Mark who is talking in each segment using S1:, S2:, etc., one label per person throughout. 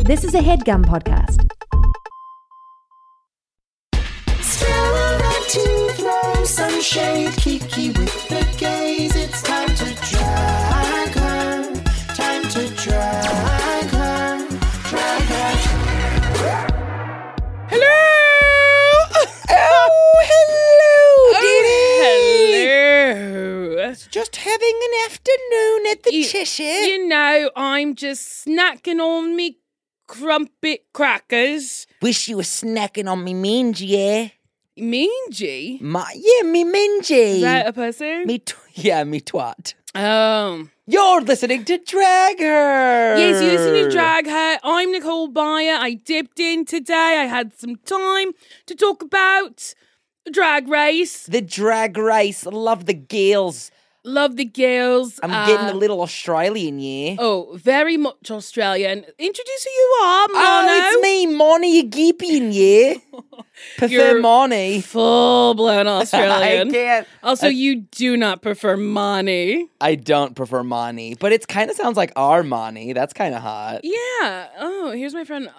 S1: This is a headgum podcast.
S2: Scaramouch to throw some shade. Kiki with the gaze. It's time to drag her. Time to drag her. Drag her.
S3: Hello!
S2: Oh, hello,
S3: Hello!
S2: Just having an afternoon at the
S3: You-
S2: Cheshire.
S3: You know, I'm just snacking on me crumpet crackers.
S2: Wish you were snacking on me mingy, yeah?
S3: Mingy?
S2: My, yeah, me mingy.
S3: Is that a person?
S2: me, tw- yeah, me twat.
S3: um.
S2: You're listening to Drag Her.
S3: Yes, you listen to Drag Her. I'm Nicole Byer. I dipped in today. I had some time to talk about drag race.
S2: The drag race. Love the girls.
S3: Love the girls.
S2: I'm
S3: Uh,
S2: getting a little Australian, yeah.
S3: Oh, very much Australian. Introduce who you are, Mono.
S2: Oh, it's me, Monty Gibbon, yeah. Prefer
S3: You're-
S2: Monty.
S3: Full blown Australian.
S2: I can't.
S3: Also, you do not prefer Monty.
S2: I don't prefer Monty, but it's kind of sounds like our Monty. That's kind of hot.
S3: Yeah. Oh, here's my friend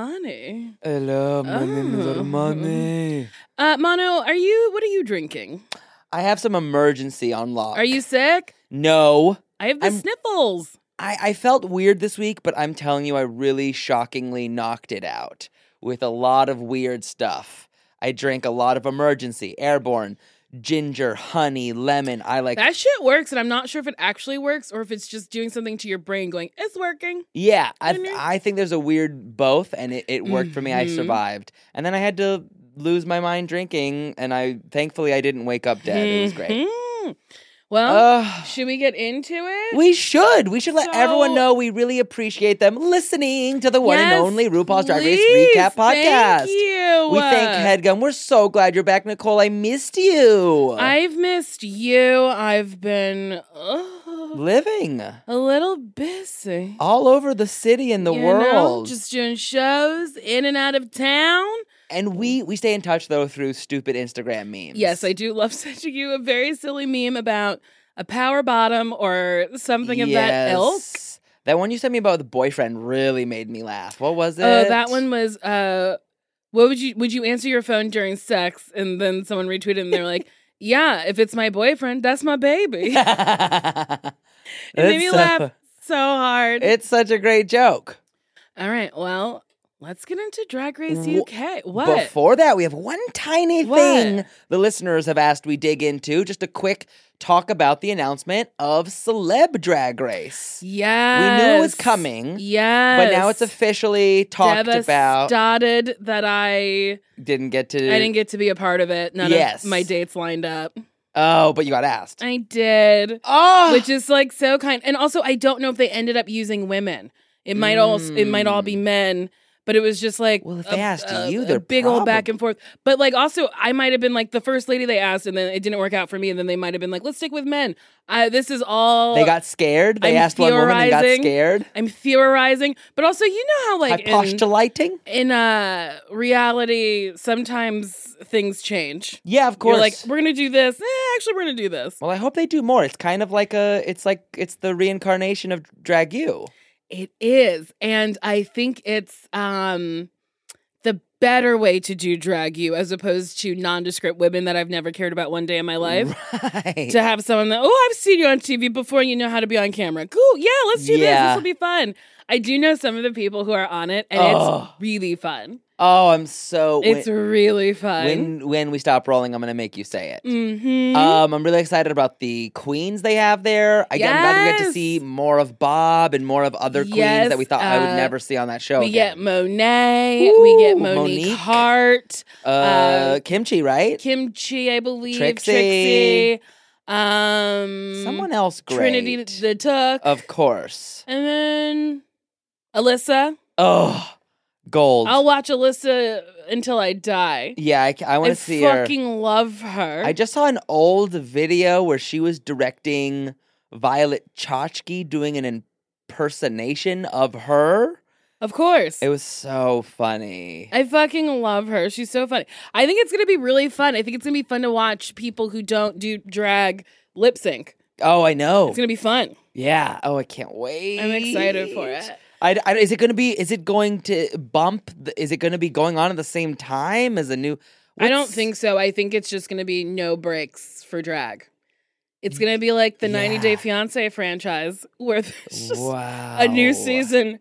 S3: Armani.
S2: Hello, my name is
S3: Oh.
S2: Armani.
S3: Uh, Mono, are you? What are you drinking?
S2: I have some emergency on lock.
S3: Are you sick?
S2: No.
S3: I have the
S2: Uh, I'm-
S3: sniffles.
S2: I, I felt weird this week, but I'm telling you, I really shockingly knocked it out with a lot of weird stuff. I drank a lot of emergency, airborne, ginger, honey, lemon. I like
S3: That shit works, and I'm not sure if it actually works or if it's just doing something to your brain, going, "It's working."
S2: Yeah, I,
S3: Didn't it?
S2: I think there's a weird both, and it, it worked for me. I
S3: Mhm.
S2: survived. And then I had to lose my mind drinking, and I thankfully I didn't wake up dead. It was great.
S3: Mhm. Well,
S2: Ugh.
S3: should we get into it?
S2: Uh, we should. We should let everyone
S3: So-
S2: know we really appreciate them listening to the one
S3: Yes,
S2: and only RuPaul's Drag Race
S3: please.
S2: Recap Podcast.
S3: Thank you.
S2: We thank Headgum. We're so glad you're back, Nicole. I missed you.
S3: I've missed you. I've been uh,
S2: Living
S3: a little busy.
S2: all over the city and the
S3: You know,
S2: world.
S3: just doing shows in and out of town.
S2: and we we stay in touch though through stupid Instagram memes.
S3: Yes, I do love sending you a very silly meme about a power bottom or something of that ilk.
S2: Yes. That one you sent me about the boyfriend really made me laugh. What was it?
S3: Oh, that one was uh what would you would you answer your phone during sex and then someone retweeted and they're like, Yeah, if it's my boyfriend, that's my baby. It made
S2: It's uh,
S3: me
S2: so-
S3: laugh so hard.
S2: It's such a great joke.
S3: All right, well, let's get into Drag Race
S2: Wh-
S3: UK. What?
S2: Before that, we have one tiny
S3: What?
S2: thing the listeners have asked we dig into. Just a quick talk about the announcement of Celeb Drag Race.
S3: yes.
S2: We knew it was coming,
S3: Yes.
S2: But now it's officially talked about.
S3: Devastated that I
S2: Didn't get to.
S3: I didn't get to be a part of it. None
S2: Yes.
S3: of my dates lined up.
S2: oh, but you got asked.
S3: I did,
S2: oh,
S3: which is like so kind. And also, I don't know if they ended up using women. It might all it might all be men, but it was just like
S2: Mm. Well, if they asked you,
S3: a
S2: they're
S3: big old back and forth. But like also, I might have been like the first lady they asked, and then it didn't work out for me, and then they might have been like, let's stick with men. I, this is all
S2: they got scared. They
S3: I'm
S2: asked one woman and got
S3: theorizing.
S2: scared.
S3: I'm theorizing, but also you know how like in,
S2: Hypostulating?
S3: in uh reality sometimes things change.
S2: Yeah, of
S3: You're
S2: course.
S3: like, we're gonna do this. Eh, actually, we're gonna do this.
S2: well, I hope they do more. It's kind of like a. It's like it's the reincarnation of drag you.
S3: It is, and I think it's um the better way to do drag you as opposed to nondescript women that I've never cared about one day in my life.
S2: Right.
S3: To have someone that, oh, I've seen you on TV before, you know how to be on camera. Cool, yeah, let's do this.
S2: Yeah.
S3: This will be fun. I do know some of the people who are on it, and
S2: Ugh.
S3: it's really fun.
S2: Oh, I'm so.
S3: It's really fun.
S2: when, when when we stop rolling, I'm gonna make you say it.
S3: hmm
S2: Um, I'm really excited about the queens they have there. I get, I'm glad we get to
S3: Yes.
S2: see more of Bob and more of other queens
S3: Yes,
S2: that we thought I would
S3: uh,
S2: never see on that show.
S3: we
S2: again.
S3: get Monet, we get
S2: Ooh,
S3: Monique,
S2: Monique.
S3: Hart,
S2: uh,
S3: uh,
S2: Kimchi, right?
S3: Kimchi, I believe,
S2: Trixie.
S3: Trixie, um,
S2: Someone else great.
S3: Trinity the Tuck,
S2: of course.
S3: and then Alyssa.
S2: Oh, gold.
S3: I'll watch Alyssa until I die.
S2: yeah, I, want
S3: I
S2: to see her.
S3: fucking love her.
S2: I just saw an old video where she was directing Violet Chachki doing an impersonation of her.
S3: of course.
S2: It was so funny.
S3: I fucking love her. She's so funny. I think it's gonna be really fun. I think it's gonna be fun to watch people who don't do drag lip sync.
S2: oh, I know.
S3: It's gonna be fun.
S2: yeah. Oh, I can't wait.
S3: I'm excited for it.
S2: I, I- is it going to be? Is it going to bump? th- Is it going to be going on at the same time as a new?
S3: I don't
S2: what's-
S3: think so. I think it's just going to be no breaks for drag. It's going to be like the 90 Day
S2: Yeah.
S3: Fiance franchise where there's just
S2: wow.
S3: a new season.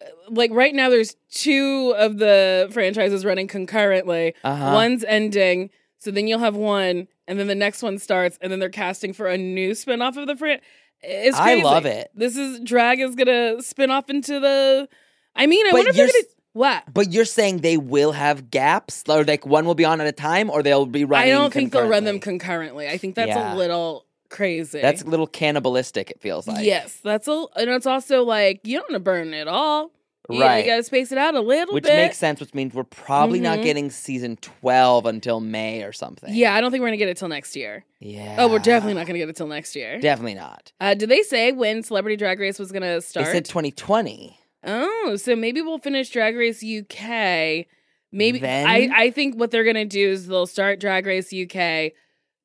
S3: Uh, Like right now, there's two of the franchises running concurrently.
S2: Uh-huh.
S3: One's ending, so then you'll have one, and then the next one starts, and then they're casting for a new spinoff of the franchise. It's
S2: I
S3: crazy.
S2: love it.
S3: This is drag is gonna spin off into the. I mean, I
S2: But
S3: wonder if they're
S2: you're
S3: gonna
S2: s-
S3: what.
S2: But you're saying they will have gaps, or like one will be on at a time, or they'll be running.
S3: I don't think they'll run them
S2: concurrently?
S3: concurrently. I think that's
S2: Yeah.
S3: a little crazy.
S2: That's a little cannibalistic. It feels like.
S3: yes, that's a, and it's also like you don't want to burn it all. You know,
S2: Right.
S3: you gotta space it out a little
S2: Which
S3: bit.
S2: makes sense, which means we're probably not
S3: Mhm.
S2: getting season 12 until May or something.
S3: Yeah, I don't think we're gonna get it till next year.
S2: Yeah.
S3: Oh, we're definitely not gonna get it till next year.
S2: Definitely not.
S3: uh, did they say when Celebrity Drag Race was gonna start?
S2: They said 2020.
S3: oh, so maybe we'll finish Drag Race UK. Maybe
S2: Then?
S3: I, I think what they're gonna do is they'll start Drag Race UK.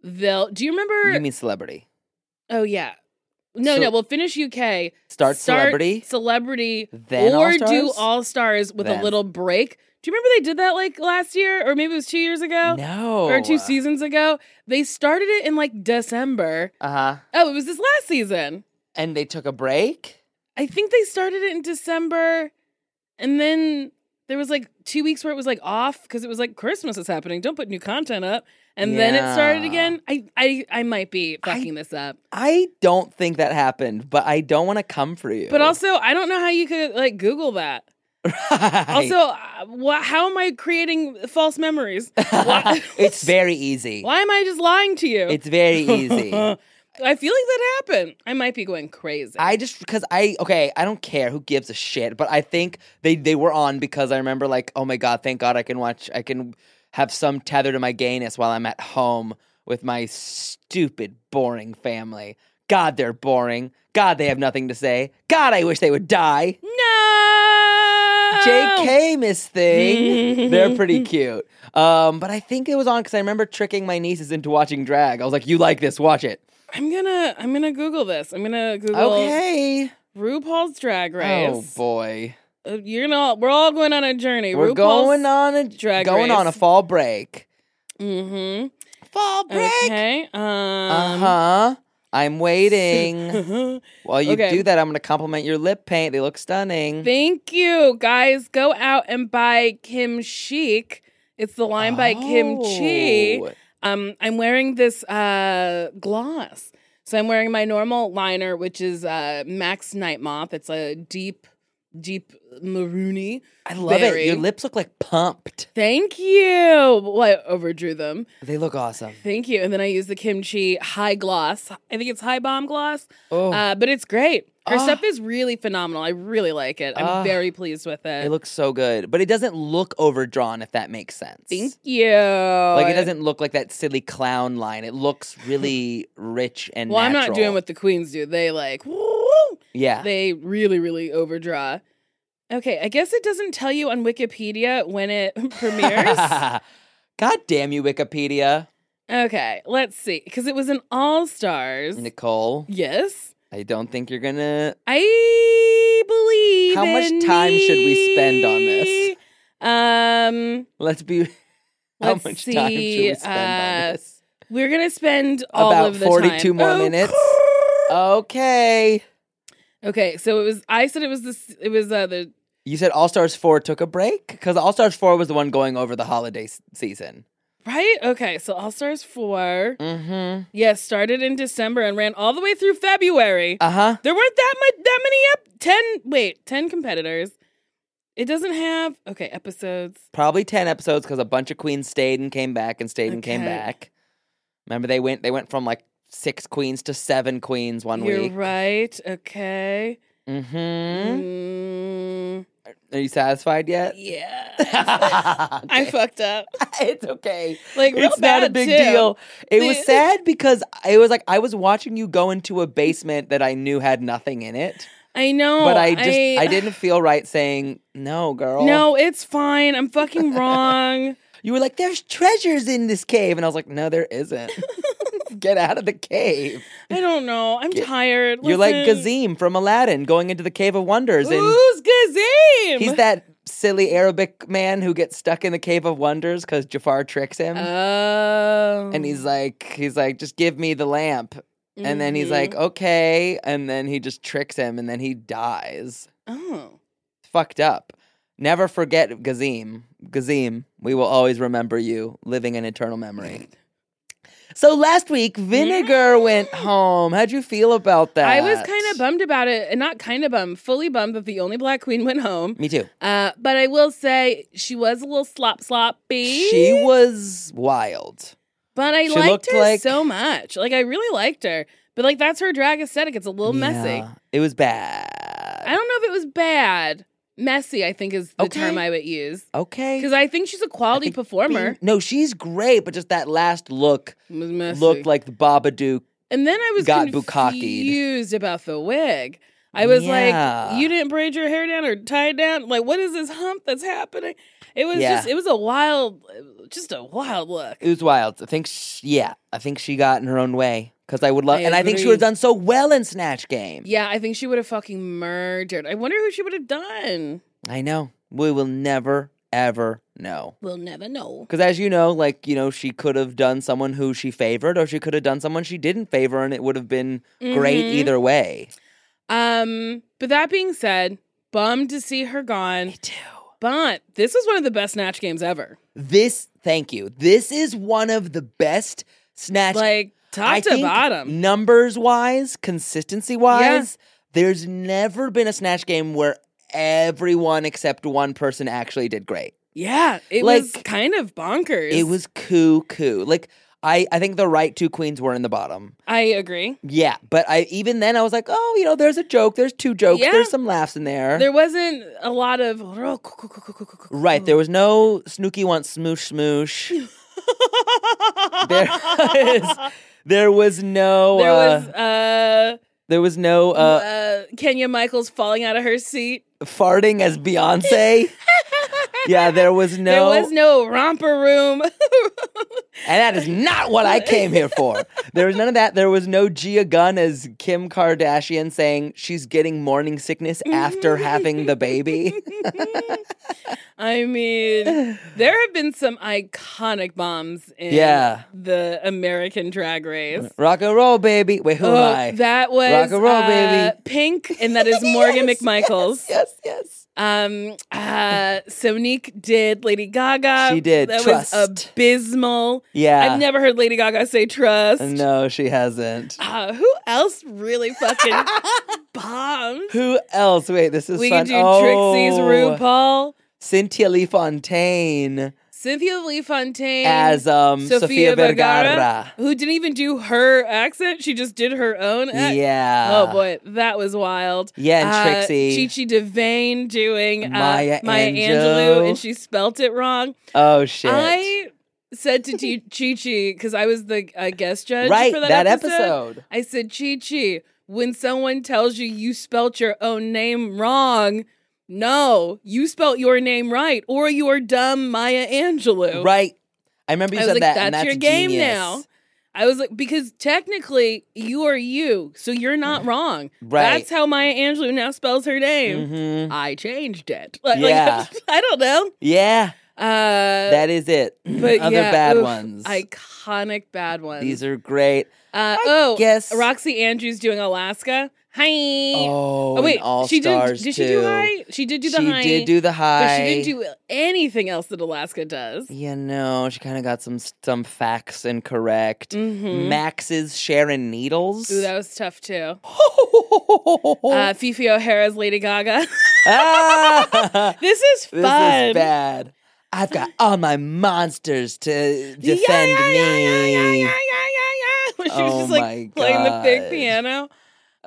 S3: They'll do you remember?
S2: You mean celebrity.
S3: oh yeah, no
S2: So-
S3: no. We'll finish UK.
S2: Start, celebrity.
S3: Celebrity.
S2: Then
S3: or
S2: All-Stars?
S3: do All Stars with
S2: Then.
S3: a little break. Do you remember they did that like last year, or maybe it was two years ago,
S2: No.
S3: or two seasons ago? They started it in like December.
S2: Uh huh.
S3: Oh, it was this last season.
S2: And they took a break.
S3: I think they started it in December, and then there was like two weeks where it was like off because it was like Christmas is happening. Don't put new content up, and then it started
S2: Yeah.
S3: again. I I I might be fucking this up,
S2: I don't think that happened, but I don't want to come for you.
S3: but also I don't know how you could like Google that.
S2: Right.
S3: Also, uh, wha- how am I creating false memories? why-
S2: it's very easy.
S3: Why am I just lying to you?
S2: It's very easy.
S3: I feel like that happened. I might be going crazy.
S2: I just because I okay, I don't care who gives a shit, but I think they they were on because I remember like, oh my god, thank God I can watch, I can have some tether to my gayness while I'm at home with my stupid boring family. God, they're boring. God, they have nothing to say. God, I wish they would die.
S3: no.
S2: JK, Miss Thing. They're pretty cute. Um, but I think it was on because I remember tricking my nieces into watching drag. I was like, you like this, watch it.
S3: I'm gonna I'm gonna Google this. I'm gonna Google
S2: Okay.
S3: RuPaul's Drag
S2: Oh
S3: Race.
S2: boy.
S3: Uh, You're gonna we're all going on a journey.
S2: We're
S3: RuPaul's,
S2: going on a
S3: Drag
S2: going on a
S3: Race.
S2: fall break.
S3: Mm-hmm.
S2: Fall
S3: Okay. Um,
S2: Uh huh. I'm waiting. While you
S3: Okay.
S2: do that, I'm gonna compliment your lip paint. They look stunning.
S3: Thank you, guys. Go out and buy Kim Chic. It's the line by Kim Chi.
S2: Oh.
S3: Um, I'm wearing this uh, gloss. So I'm wearing my normal liner, which is uh, Max Night Moth. It's a deep, deep maroony.
S2: I love
S3: berry.
S2: it. Your lips look like pumped.
S3: Thank you. Well, I overdrew them.
S2: They look awesome.
S3: Thank you. And then I use the kimchi high gloss. I think it's high bomb gloss,
S2: Oh,
S3: uh, but it's great. Her
S2: Ah.
S3: stuff is really phenomenal. I really like it. I'm
S2: Ah.
S3: very pleased with it.
S2: it looks so good, but it doesn't look overdrawn. If that makes sense.
S3: Thank you. Like
S2: Like it doesn't look like that silly clown line. It looks really rich and
S3: Well, I'm not
S2: natural.
S3: doing what the queens do. They like, woo,
S2: Yeah.
S3: they really, really overdraw. Okay, I guess it doesn't tell you on Wikipedia when it premieres.
S2: God damn you, Wikipedia,
S3: okay, let's see. Because it was an All Stars.
S2: Nicole.
S3: Yes.
S2: I don't think you're gonna.
S3: I believe.
S2: How much
S3: in
S2: time should we spend on this?
S3: me. Um,
S2: Let's be. How
S3: Let's
S2: much time should
S3: see,
S2: we spend
S3: uh,
S2: on this?
S3: we're gonna spend all
S2: About
S3: of the
S2: 42
S3: time.
S2: more
S3: Oh,
S2: minutes. Okay.
S3: Okay, so it was. I said it was this. It was uh, the.
S2: You said All Stars Four took a break because All Stars Four was the one going over the holiday s- season.
S3: Right? Okay, so All Stars 4.
S2: Mm-hmm.
S3: Yes, started in December and ran all the way through February.
S2: Uh huh.
S3: There weren't that much that many up ten wait, ten competitors. It doesn't have okay, episodes.
S2: Probably ten episodes because a bunch of queens stayed and came back and stayed and came
S3: Okay.
S2: back. Remember they went they went from like six queens to seven queens one
S3: You're
S2: week.
S3: right. Okay.
S2: Mm-hmm.
S3: Mm,
S2: Are you satisfied yet?
S3: yeah. I
S2: Okay.
S3: fucked up.
S2: it's okay.
S3: Like real
S2: it's not a
S3: bad,
S2: big
S3: too.
S2: deal. It was
S3: The-
S2: sad because it was like I was watching you go into a basement that I knew had nothing in it,
S3: I know.
S2: but I just I, didn't feel right saying no, girl.
S3: No, it's fine. I'm fucking wrong.
S2: you were like, "There's treasures in this cave," and I was like, "No, there isn't. Get out of the cave.
S3: I don't know. I'm tired.
S2: You're like
S3: Listen.
S2: Gazim from Aladdin going into the Cave of Wonders. And
S3: Who's Gazim?
S2: he's that silly Arabic man who gets stuck in the Cave of Wonders because Jafar tricks him.
S3: Um. Oh.
S2: and he's like, he's like, just give me the lamp. And then he's
S3: Mhm.
S2: like, okay. And then he just tricks him and then he dies.
S3: oh.
S2: It's fucked up. Never forget Gazim. Gazim, we will always remember you, living in eternal memory. So last week, Vinegar went home. How'd you feel about that?
S3: I was kind of bummed about it, and not kind of bummed, fully bummed that the only black queen went home.
S2: Me too.
S3: Uh, but I will say she was a little slop sloppy.
S2: She was wild.
S3: but I
S2: she
S3: liked
S2: looked
S3: her
S2: like-
S3: so much. Like I really liked her, but like that's her drag aesthetic. It's a little messy.
S2: Yeah, It was bad.
S3: I don't know if it was bad. Messy, I think, is the
S2: Okay.
S3: term I would use
S2: okay.
S3: because I think she's a quality
S2: think
S3: performer.
S2: No, she's great, but just that last look
S3: It was messy.
S2: looked like the Babadook
S3: And then I was
S2: got bukkakied.
S3: confused about the wig. I was
S2: Yeah.
S3: like, you didn't braid your hair down or tie it down. Like, what is this hump that's happening? It was
S2: Yeah.
S3: just, it was a wild, just a wild look.
S2: It was wild. I think, she, yeah, I think she got in her own way because I would love,
S3: I
S2: and I think she
S3: agree.
S2: would have done so well in Snatch Game.
S3: Yeah, I think she would have fucking murdered. I wonder who she would have done.
S2: I know. We will never ever know.
S3: We'll never know.
S2: Because as you know, like you know, she could have done someone who she favored, or she could have done someone she didn't favor, and it would have been great
S3: Mhm.
S2: either way.
S3: Um, but that being said, bummed to see her gone.
S2: too.
S3: But this was one of the best snatch games ever.
S2: This, thank you. This is one of the best Snatch.
S3: Like top
S2: I
S3: to
S2: think
S3: bottom.
S2: numbers wise, consistency wise, there's never been a Snatch game where everyone except one person actually did great.
S3: Yeah, it was
S2: Like-
S3: kind of bonkers.
S2: It was coo coo. Like I, I think the right two queens were in the bottom.
S3: I agree.
S2: Yeah, but I even then I was like, oh, you know, there's a joke, there's two jokes,
S3: Yeah.
S2: there's some laughs in there.
S3: There wasn't a lot of
S2: right, there was no Snooky wants smoosh smoosh. there was there was no
S3: There
S2: uh,
S3: was uh,
S2: there was no
S3: uh,
S2: uh,
S3: Kenya Michaels falling out of her seat.
S2: farting as Beyonce. yeah, there was no
S3: There was no romper room.
S2: And that is not what I came here for. There was none of that. There was no Gia Gunn as Kim Kardashian saying she's getting morning sickness after having the baby.
S3: I mean, there have been some iconic bombs in
S2: Yeah.
S3: the American Drag Race.
S2: Rock and roll, baby. Wait, who
S3: Oh,
S2: am I?
S3: that was
S2: Rock and roll,
S3: uh,
S2: baby.
S3: Pink, and that is Morgan
S2: Yes,
S3: McMichaels.
S2: Yes, yes.
S3: Um, uh, Sonique did Lady Gaga.
S2: She did.
S3: That was
S2: Trust.
S3: abysmal.
S2: Yeah.
S3: I've never heard Lady Gaga say trust.
S2: No, she hasn't.
S3: Uh, who else really fucking bombed?
S2: Who else? Wait, this is
S3: we
S2: fun.
S3: could do
S2: oh,
S3: Trixie's RuPaul,
S2: Cynthia Lee Fontaine
S3: Cynthia Lee Fontaine,
S2: as um Sofia, Vergara.
S3: who didn't even do her accent. She just did her own. Ac-
S2: Yeah.
S3: Oh boy, that was wild.
S2: Yeah, and
S3: Uh,
S2: Trixie.
S3: Chichi Devane doing uh,
S2: Maya
S3: Maya,
S2: Angelou.
S3: Angelou, and she spelt it wrong.
S2: Oh shit.
S3: I said to Chi Chi because I was the uh, guest judge
S2: right,
S3: for that, episode. I said, Chi Chi, when someone tells you you spelt your own name wrong, no, you spelt your name right, or you're dumb Maya Angelou.
S2: Right. I remember you
S3: I was
S2: said
S3: like,
S2: that,
S3: that's,
S2: and that's
S3: your game
S2: genius.
S3: now. I was like, because technically you are you, so you're not wrong.
S2: Right.
S3: That's how Maya Angelou now spells her name.
S2: Mhm.
S3: I changed it. Like,
S2: Yeah.
S3: like I don't know.
S2: Yeah,
S3: Uh,
S2: that is it.
S3: but
S2: Other
S3: yeah,
S2: bad
S3: oof,
S2: ones.
S3: Iconic bad ones.
S2: These are great.
S3: uh, oh,
S2: guess-
S3: Roxy Andrews doing Alaska. Hi.
S2: Oh,
S3: Oh, wait,
S2: and all
S3: she
S2: stars
S3: did. Did
S2: too.
S3: she do high? She did do the
S2: she
S3: high.
S2: did do the high.
S3: But she didn't do anything else that Alaska does.
S2: You know, she kind of got some some facts incorrect.
S3: Mhm.
S2: Max's Sharon Needles.
S3: Ooh, that was tough too.
S2: Oh.
S3: Uh, Fifi O'Hara's Lady Gaga.
S2: Ah!
S3: this is
S2: this
S3: fun.
S2: is bad. I've got all my monsters to
S3: Yeah,
S2: defend
S3: yeah, yeah,
S2: me.
S3: yeah, yeah, yeah, yeah, yeah. When she
S2: Oh
S3: was just like
S2: my
S3: playing the
S2: God.
S3: big piano.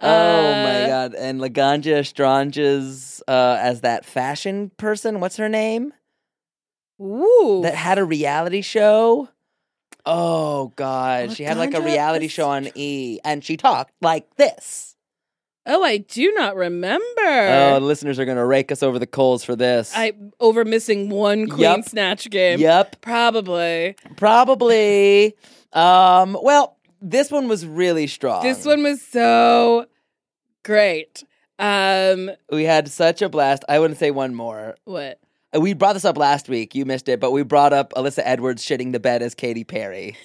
S2: Oh my
S3: Uh,
S2: god! And Laganja Estrange's uh, as that fashion person. What's her name?
S3: Ooh.
S2: That had a reality show. Oh god, she had like a
S3: Laganja
S2: reality show on E, and she talked like this.
S3: oh, I do not remember.
S2: Oh, the listeners are gonna rake us over the coals for this.
S3: I over missing one queen
S2: Yup.
S3: snatch game.
S2: Yep,
S3: Probably.
S2: probably. um, well, this one was really strong.
S3: This one was so great. Um,
S2: we had such a blast. I wouldn't say one more.
S3: what?
S2: Uh, We brought this up last week. You missed it, but we brought up Alyssa Edwards shitting the bed as Katy Perry,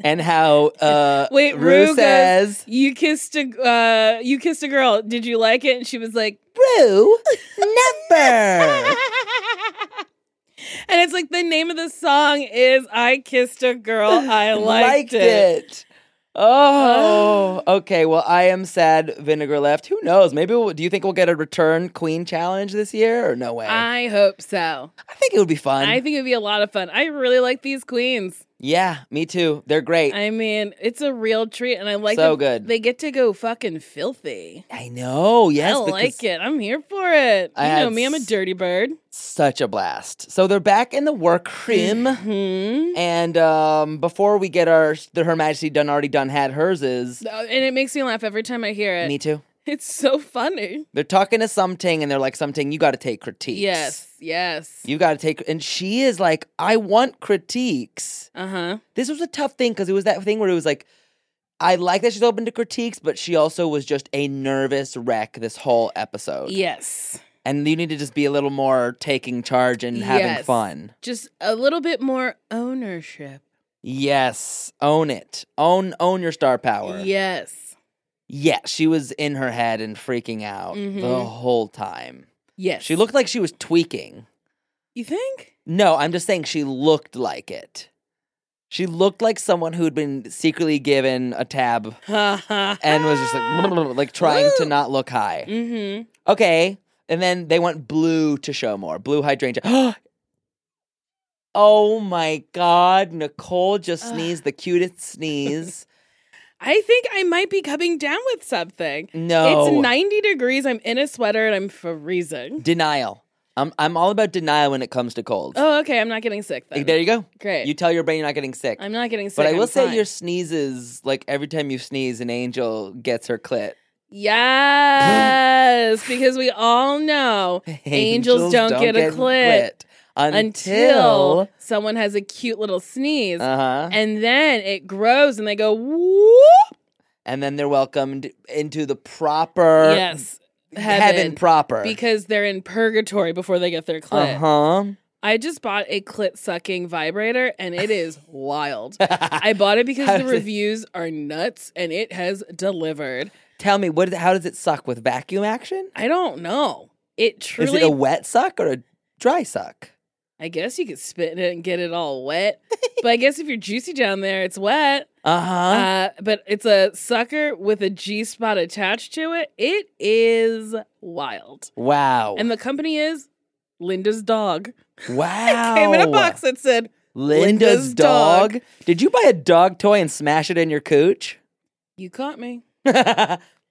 S2: and how uh,
S3: Wait, Rue,
S2: Rue
S3: goes,
S2: says,
S3: you kissed a uh, you kissed a girl. Did you like it? And she was like,
S2: "Rue, never."
S3: and it's like the name of the song is "I Kissed a Girl, I Liked, it. Ah.
S2: Oh, okay. Well, I am sad. Vinegar left. Who knows? Maybe we'll, do you think we'll get a return Queen challenge this year or no way?
S3: I hope so.
S2: I think it would be fun.
S3: Uh, I think it'd be a lot of fun. I really like these queens.
S2: yeah, me too. They're great. I,
S3: I mean, it's a real treat, and I like
S2: So
S3: that
S2: good.
S3: They get to go fucking filthy.
S2: know. Yes,
S3: I like it. I'm here for it.
S2: I
S3: you know
S2: had
S3: me. I'm a
S2: s-
S3: dirty bird.
S2: Such a blast. So they're back in the workroom.
S3: Hmm.
S2: And um, before we get our the Her Majesty done already done had hers is
S3: Oh, And it makes me laugh every time I hear it.
S2: me too.
S3: It's so funny.
S2: They're talking to something and they're like something you got to take critiques.
S3: Yes. Yes.
S2: you got to take and she is like I want critiques.
S3: Uh huh.
S2: this was a tough thing because it was that thing where it was like i like that she's open to critiques but she also was just a nervous wreck this whole episode
S3: Yes.
S2: and you need to just be a little more taking charge and having
S3: Yes.
S2: fun
S3: Just a little bit more ownership.
S2: yes own it own own your star power
S3: Yes.
S2: yeah she was in her head and freaking out the
S3: Mhm.
S2: whole time
S3: Yes.
S2: she looked like she was tweaking
S3: You think?
S2: no i'm just saying she looked like it she looked like someone who had been secretly given a tab and was just like like trying to
S3: Ah! Woo.
S2: not look high
S3: Mm
S2: Okay. And then they want blue to show more. Blue hydrangea. oh my God. Nicole just
S3: Ugh.
S2: sneezed the cutest sneeze.
S3: hmm. I think I might be coming down with something.
S2: No.
S3: It's 90 degrees. I'm in a sweater and I'm freezing.
S2: denial. I'm, I'm all about denial when it comes to colds.
S3: Oh, okay. I'm not getting sick
S2: Like,
S3: then.
S2: there you go.
S3: Great.
S2: You tell your brain you're not getting sick.
S3: I'm not getting sick.
S2: but I
S3: I'm
S2: will say
S3: fine.
S2: your sneezes, like every time you sneeze, an angel gets her clit.
S3: Yes, because we all know Angels don't get a clit until,
S2: until.
S3: someone has a cute little sneeze.
S2: Uh huh.
S3: and then it grows and they go, whoop.
S2: And then they're welcomed into the proper
S3: yes.
S2: heaven, proper.
S3: Because they're in purgatory before they get their clit.
S2: Uh huh.
S3: I just bought a clit sucking vibrator and it is wild.
S2: Uh-huh.
S3: I bought
S2: How
S3: it because the
S2: does it-
S3: reviews are nuts and it has delivered.
S2: Tell me, what? Is, how does it suck with vacuum action?
S3: I don't know. It
S2: Is
S3: truly,
S2: it a wet suck or a dry suck?
S3: I guess you could spit in it and get it all wet. but I guess if you're juicy down there, it's wet.
S2: Uh huh.
S3: Uh, but it's a sucker with a G spot attached to it. It is wild.
S2: wow.
S3: And the company is Linda's dog.
S2: wow.
S3: Came in a box that said,
S2: Linda's,
S3: Linda's
S2: dog.
S3: dog.
S2: Did you buy a dog toy and smash it in your cooch?
S3: You caught me.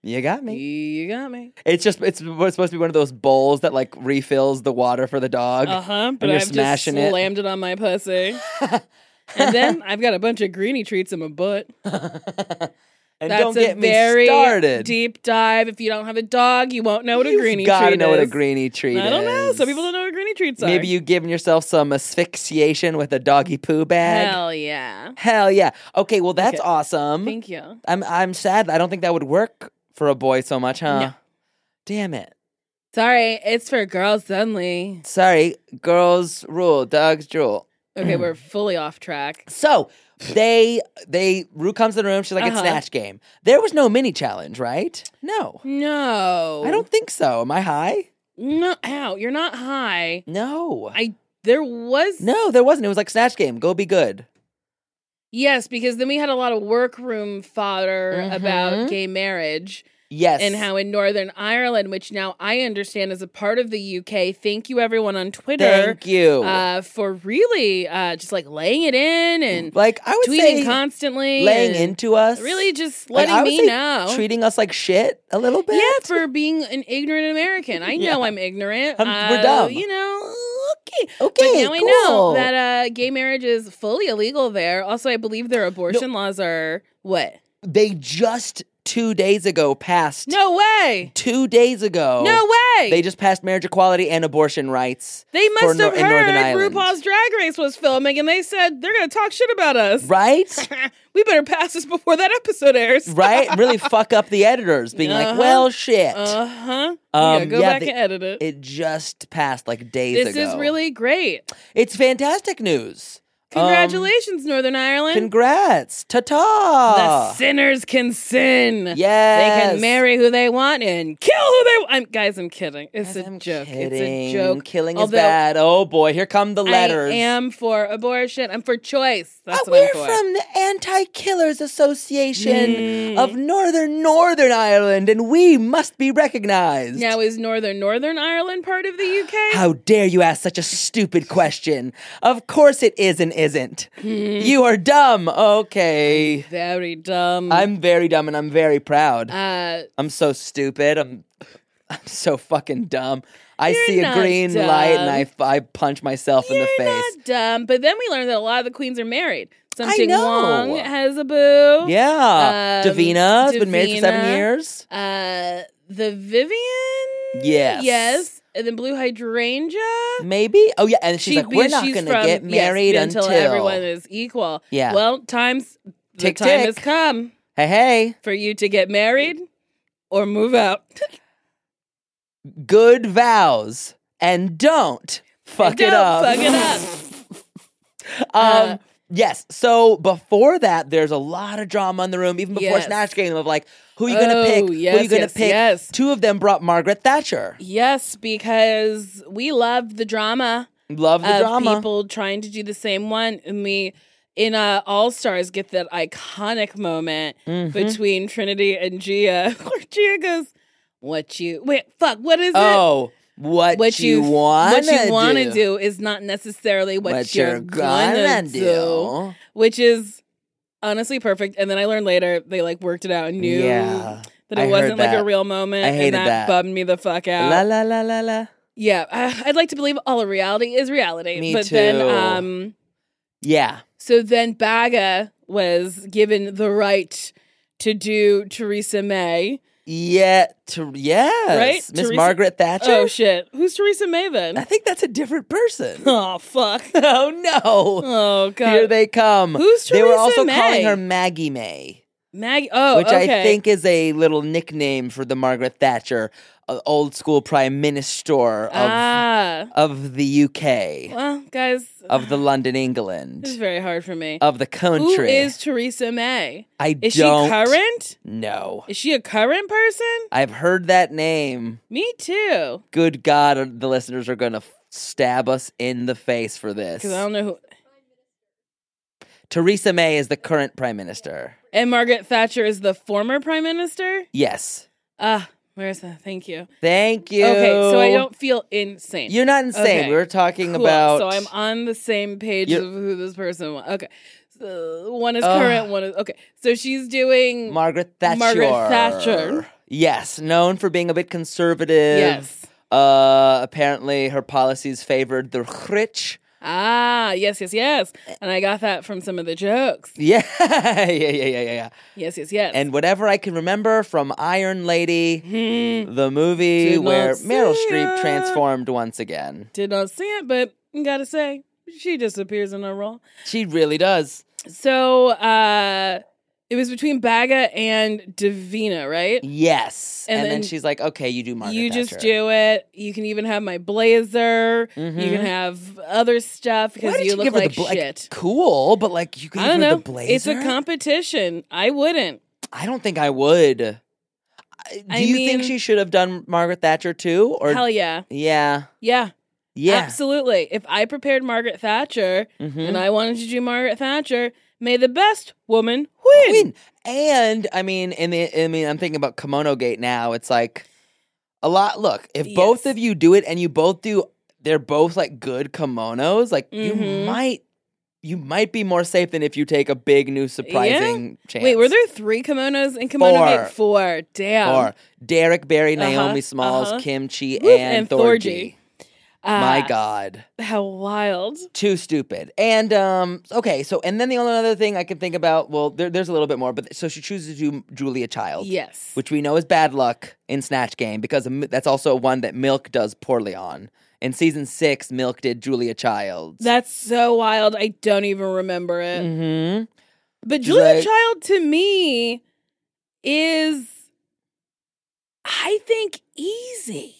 S2: you got me.
S3: You got me.
S2: It's just it's supposed to be one of those bowls that like refills the water for the dog.
S3: Uh huh. But
S2: you're
S3: I've just
S2: smashing it.
S3: slammed it. on my pussy. and then I've got a bunch of greenie treats in my butt.
S2: and
S3: That's
S2: don't get
S3: a
S2: me
S3: very
S2: started.
S3: deep dive. If you don't have a dog, you won't know what a
S2: You've
S3: greenie
S2: gotta
S3: treat
S2: know what a
S3: is.
S2: greenie treat is.
S3: I don't know. Some people don't know what greenie treats are.
S2: Maybe you've given yourself some asphyxiation with a doggy poo bag.
S3: Hell yeah.
S2: Hell yeah. Okay, well that's
S3: Okay.
S2: awesome.
S3: Thank you.
S2: I'm I'm sad. I don't think that would work for a boy so much, huh?
S3: No.
S2: Damn it.
S3: Sorry, it's for girls only.
S2: Sorry, girls rule, dogs drool.
S3: Okay,
S2: Hmm.
S3: we're fully off track.
S2: So they they Rue comes in the room. She's like, "It's
S3: Uh-huh.
S2: snatch game." There was no mini challenge, right? No,
S3: No.
S2: I don't think so. Am I high?
S3: No, ow, you're not high.
S2: No,
S3: I there was
S2: no, there wasn't. It was like snatch game. Go be good.
S3: Yes, because then we had a lot of workroom fodder
S2: Mhm.
S3: about gay marriage
S2: Yes,
S3: and how in Northern Ireland, which now I understand is a part of the UK. Thank you everyone on Twitter
S2: thank you.
S3: uh, for really uh, just like laying it in and
S2: like Mm. I would
S3: tweeting
S2: say,
S3: constantly,
S2: laying
S3: and
S2: into us,
S3: really just
S2: Like,
S3: letting
S2: I would
S3: me
S2: say
S3: know.
S2: treating us like shit a little bit.
S3: Yeah, for being an ignorant American. I know
S2: Yeah.
S3: I'm ignorant.
S2: I'm- we're
S3: Uh,
S2: dumb.
S3: You know, okay. But
S2: okay,
S3: now
S2: cool.
S3: I know that uh, gay marriage is fully illegal there. Also, I believe their abortion laws are what?
S2: they just two days ago passed.
S3: No way.
S2: Two days ago.
S3: No
S2: Oh.
S3: way.
S2: They just passed marriage equality and abortion rights.
S3: They
S2: for
S3: must
S2: Nor-
S3: have
S2: in Northern
S3: heard
S2: Ireland.
S3: RuPaul's Drag Race was filming, and they said they're going to talk shit about us.
S2: Right?
S3: we better pass this before that episode airs.
S2: right? Really fuck up the editors being like,
S3: Uh-huh.
S2: well, shit.
S3: Uh huh. yeah,
S2: Um,
S3: go
S2: yeah,
S3: back
S2: the-
S3: and edit it.
S2: It just passed like days
S3: this
S2: ago. Um,
S3: is really great.
S2: It's fantastic news. Um,
S3: Congratulations, Northern Ireland.
S2: congrats. Ta ta.
S3: the sinners can sin. They
S2: Yes.
S3: can marry who they want and kill who they want. I'm, guys, I'm kidding. It's a
S2: I'm
S3: joke. It's a
S2: kidding.
S3: joke.
S2: Killing
S3: Although
S2: is bad. Oh boy, here come the letters.
S3: I am for abortion. I'm for choice. That's
S2: Uh,
S3: what I'm
S2: we're
S3: for.
S2: from the Anti Killers
S3: Mm.
S2: Association of Northern Northern Ireland, and we must be recognized.
S3: now is Northern Northern Ireland part of the UK?
S2: How dare you ask such a stupid question? Of course it is and isn't.
S3: Hmm.
S2: You are dumb. Okay.
S3: Very dumb.
S2: I'm very dumb and I'm very proud.
S3: uh,
S2: I'm so stupid. I'm I'm so fucking dumb. I see a
S3: not
S2: green light and I,
S3: dumb.
S2: f- I punch myself in the
S3: You're
S2: face.
S3: not dumb. But then we learned that a lot of the queens are married. Something
S2: know.
S3: Wong has a boo.
S2: Yeah.
S3: Um,
S2: Davina has been married for seven
S3: Davina.
S2: years.
S3: Uh, the Vivian.
S2: Yes.
S3: Yes. And then Blue Hydrangea.
S2: Maybe. Oh yeah, and she's
S3: She-
S2: like, we're not
S3: she's
S2: going to
S3: from-
S2: get
S3: yes,
S2: married
S3: until, everyone is equal.
S2: Yeah.
S3: Well, times the
S2: Tick,
S3: time
S2: tick.
S3: has come
S2: Hey, hey,
S3: for you to get married or move out.
S2: good vows and don't fuck
S3: Don't
S2: it up.
S3: Fuck it up.
S2: Um,
S3: Uh,
S2: yes. So before that, there's a lot of drama in the room, even before
S3: Yes.
S2: Snatch Game, of like, who are you going to
S3: Oh,
S2: pick? who are
S3: yes,
S2: you going to
S3: yes,
S2: pick?
S3: yes.
S2: Two of them brought Margaret Thatcher.
S3: Yes, because we love the drama.
S2: Love the
S3: of
S2: drama.
S3: Uh, people trying to do the same one. And we in uh, All Stars get that iconic moment
S2: Mm-hmm.
S3: between Trinity and Gia, where Gia goes, "What you wait? Fuck! What is it?
S2: oh, what,
S3: What
S2: you want?
S3: what you want to do is not necessarily what,
S2: What,
S3: you're, gonna, do,
S2: do?
S3: which is." Honestly, perfect. And then I learned later they like worked it out and knew
S2: Yeah.
S3: that
S2: I
S3: it
S2: heard
S3: wasn't like
S2: that.
S3: a real moment.
S2: I hated
S3: and that,
S2: that.
S3: bummed me the fuck out.
S2: La la la la la.
S3: Yeah, I, I'd like to believe all of reality is reality.
S2: Me
S3: but then,
S2: too.
S3: um,
S2: Yeah.
S3: so then Baga was given the right to do Theresa May.
S2: Yeah. Ter- yes.
S3: Right?
S2: Miss
S3: Teresa-
S2: Margaret Thatcher.
S3: Oh shit, who's Theresa May
S2: I
S3: then?
S2: think that's a different person.
S3: Oh fuck.
S2: oh no.
S3: Oh god.
S2: Here they come.
S3: Who's
S2: they were
S3: Theresa
S2: also
S3: May?
S2: calling her Maggie May.
S3: Maggie. Oh,
S2: which
S3: okay.
S2: I think is a little nickname for the Margaret Thatcher, uh, old school prime minister of
S3: ah.
S2: of the UK,
S3: Well, guys,
S2: of the London,
S3: this is
S2: England,
S3: very hard for me.
S2: of the country.
S3: Who is Theresa May?
S2: I
S3: Is
S2: don't
S3: she current?
S2: know.
S3: Is she a current person?
S2: I've heard that name.
S3: Me too.
S2: Good God, uh, the listeners are going to stab us in the face for this.
S3: Because I don't know who.
S2: Theresa May is the current prime minister.
S3: And Margaret Thatcher is the former prime minister.
S2: Yes.
S3: Ah, Marissa, thank you.
S2: Thank you.
S3: Okay, so I don't feel insane.
S2: You're not insane.
S3: Okay.
S2: We were talking
S3: Cool.
S2: about.
S3: So I'm on the same page
S2: You're-
S3: of who this person was. Okay. So one is
S2: Ugh.
S3: current, one is. Okay. So she's doing.
S2: Margaret Thatcher.
S3: Margaret Thatcher.
S2: Yes, known for being a bit conservative.
S3: Yes.
S2: Uh, apparently, her policies favored the rich.
S3: ah, yes, yes, yes. And I got that from some of the jokes.
S2: Yeah, yeah, yeah, yeah, yeah, yeah.
S3: Yes, yes, yes.
S2: And whatever I can remember from Iron Lady, the movie
S3: Hmm. Did not
S2: where
S3: see
S2: Meryl Streep
S3: it.
S2: transformed once again.
S3: Did not see it, but gotta say, she disappears in a role.
S2: She really does.
S3: So uh it was between Baga and Davina, right?
S2: Yes. And,
S3: And
S2: then,
S3: then
S2: she's like, okay, you do Margaret
S3: you just
S2: Thatcher."
S3: do it. You can even have my blazer.
S2: Mhm.
S3: You can have other stuff
S2: Why
S3: because
S2: did
S3: you,
S2: give
S3: look
S2: her the
S3: like
S2: bla- like,
S3: shit.
S2: cool, but like you gave
S3: I don't
S2: her
S3: know.
S2: the blazer.
S3: It's a competition. I wouldn't.
S2: I don't think I would. I- Do
S3: I
S2: you think
S3: mean-
S2: she should have done Margaret Thatcher too? Or
S3: Hell yeah.
S2: yeah,
S3: Yeah,
S2: yeah,
S3: Absolutely. If I prepared Margaret Thatcher
S2: Mhm.
S3: and I wanted to do Margaret Thatcher, may the best woman
S2: I
S3: win.
S2: mean, and I mean, in the I mean, I'm thinking about Kimono Gate now. It's like a lot. Look, if both
S3: Yes.
S2: of you do it and you both do, they're both like good kimonos. Like you
S3: Mhm.
S2: might, you might be more safe than if you take a big new surprising chance.
S3: Wait, were there three kimonos in Kimono Gate? Four. Damn.
S2: Or Derek Barry,
S3: Uh-huh,
S2: Naomi Smalls,
S3: uh-huh.
S2: Kimchi,
S3: Woo,
S2: and,
S3: and Thorgy.
S2: Thorgy.
S3: Uh,
S2: My God.
S3: How wild.
S2: Too stupid. And um, okay, so and then the only other thing I can think about, well, there, there's a little bit more, but so she chooses to do Julia Child.
S3: Yes.
S2: Which we know is bad luck in Snatch Game because M- that's also one that Milk does poorly on. In season six, Milk did Julia Childs.
S3: That's so wild. I don't even remember it.
S2: mm-hmm.
S3: But
S2: She's
S3: Julia
S2: like-
S3: Child to me is, I think, easy.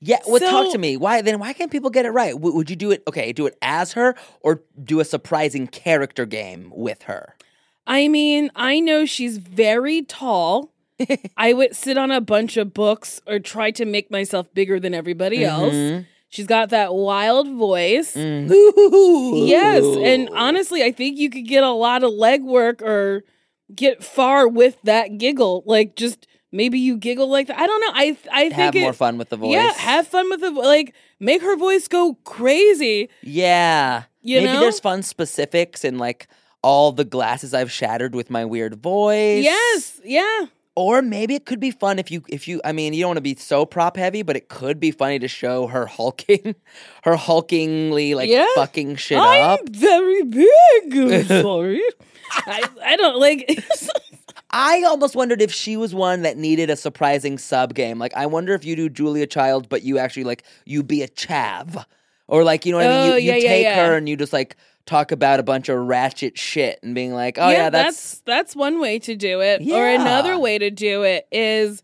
S2: Yeah, well, talk
S3: So-
S2: to me. Why then? Why can't people get it right? W- would you do it? Okay, do it as her, or do a surprising character game with her?
S3: I mean, I know she's very tall. I would sit on a bunch of books or try to make myself bigger than everybody else.
S2: Mhm.
S3: She's got that wild voice.
S2: Mm. Ooh.
S3: Yes, and honestly, I think you could get a lot of leg work or get far with that giggle. Like just maybe you giggle like that. I don't know. I I think
S2: have
S3: it-
S2: more fun with the voice.
S3: Yeah, have fun with the vo- like make her voice go crazy.
S2: Yeah.
S3: You
S2: Maybe
S3: know?
S2: there's fun specifics and like all the glasses I've shattered with my weird voice.
S3: Yes, yeah.
S2: Or maybe it could be fun if you if you I mean you don't want to be so prop heavy, but it could be funny to show her hulking, her hulkingly like
S3: Yeah.
S2: fucking shit
S3: I'm
S2: up.
S3: very big. I'm sorry. I, I don't like
S2: I almost wondered if she was one that needed a surprising sub game. Like I wonder if you do Julia Child, but you actually like you be a chav, or like you know what I mean.
S3: Oh,
S2: You, you
S3: yeah, yeah,
S2: take
S3: yeah.
S2: her and you just like talk about a bunch of ratchet shit and being like, oh yeah, that's
S3: that's that's one way to do it. Or
S2: Yeah.
S3: another way to do it is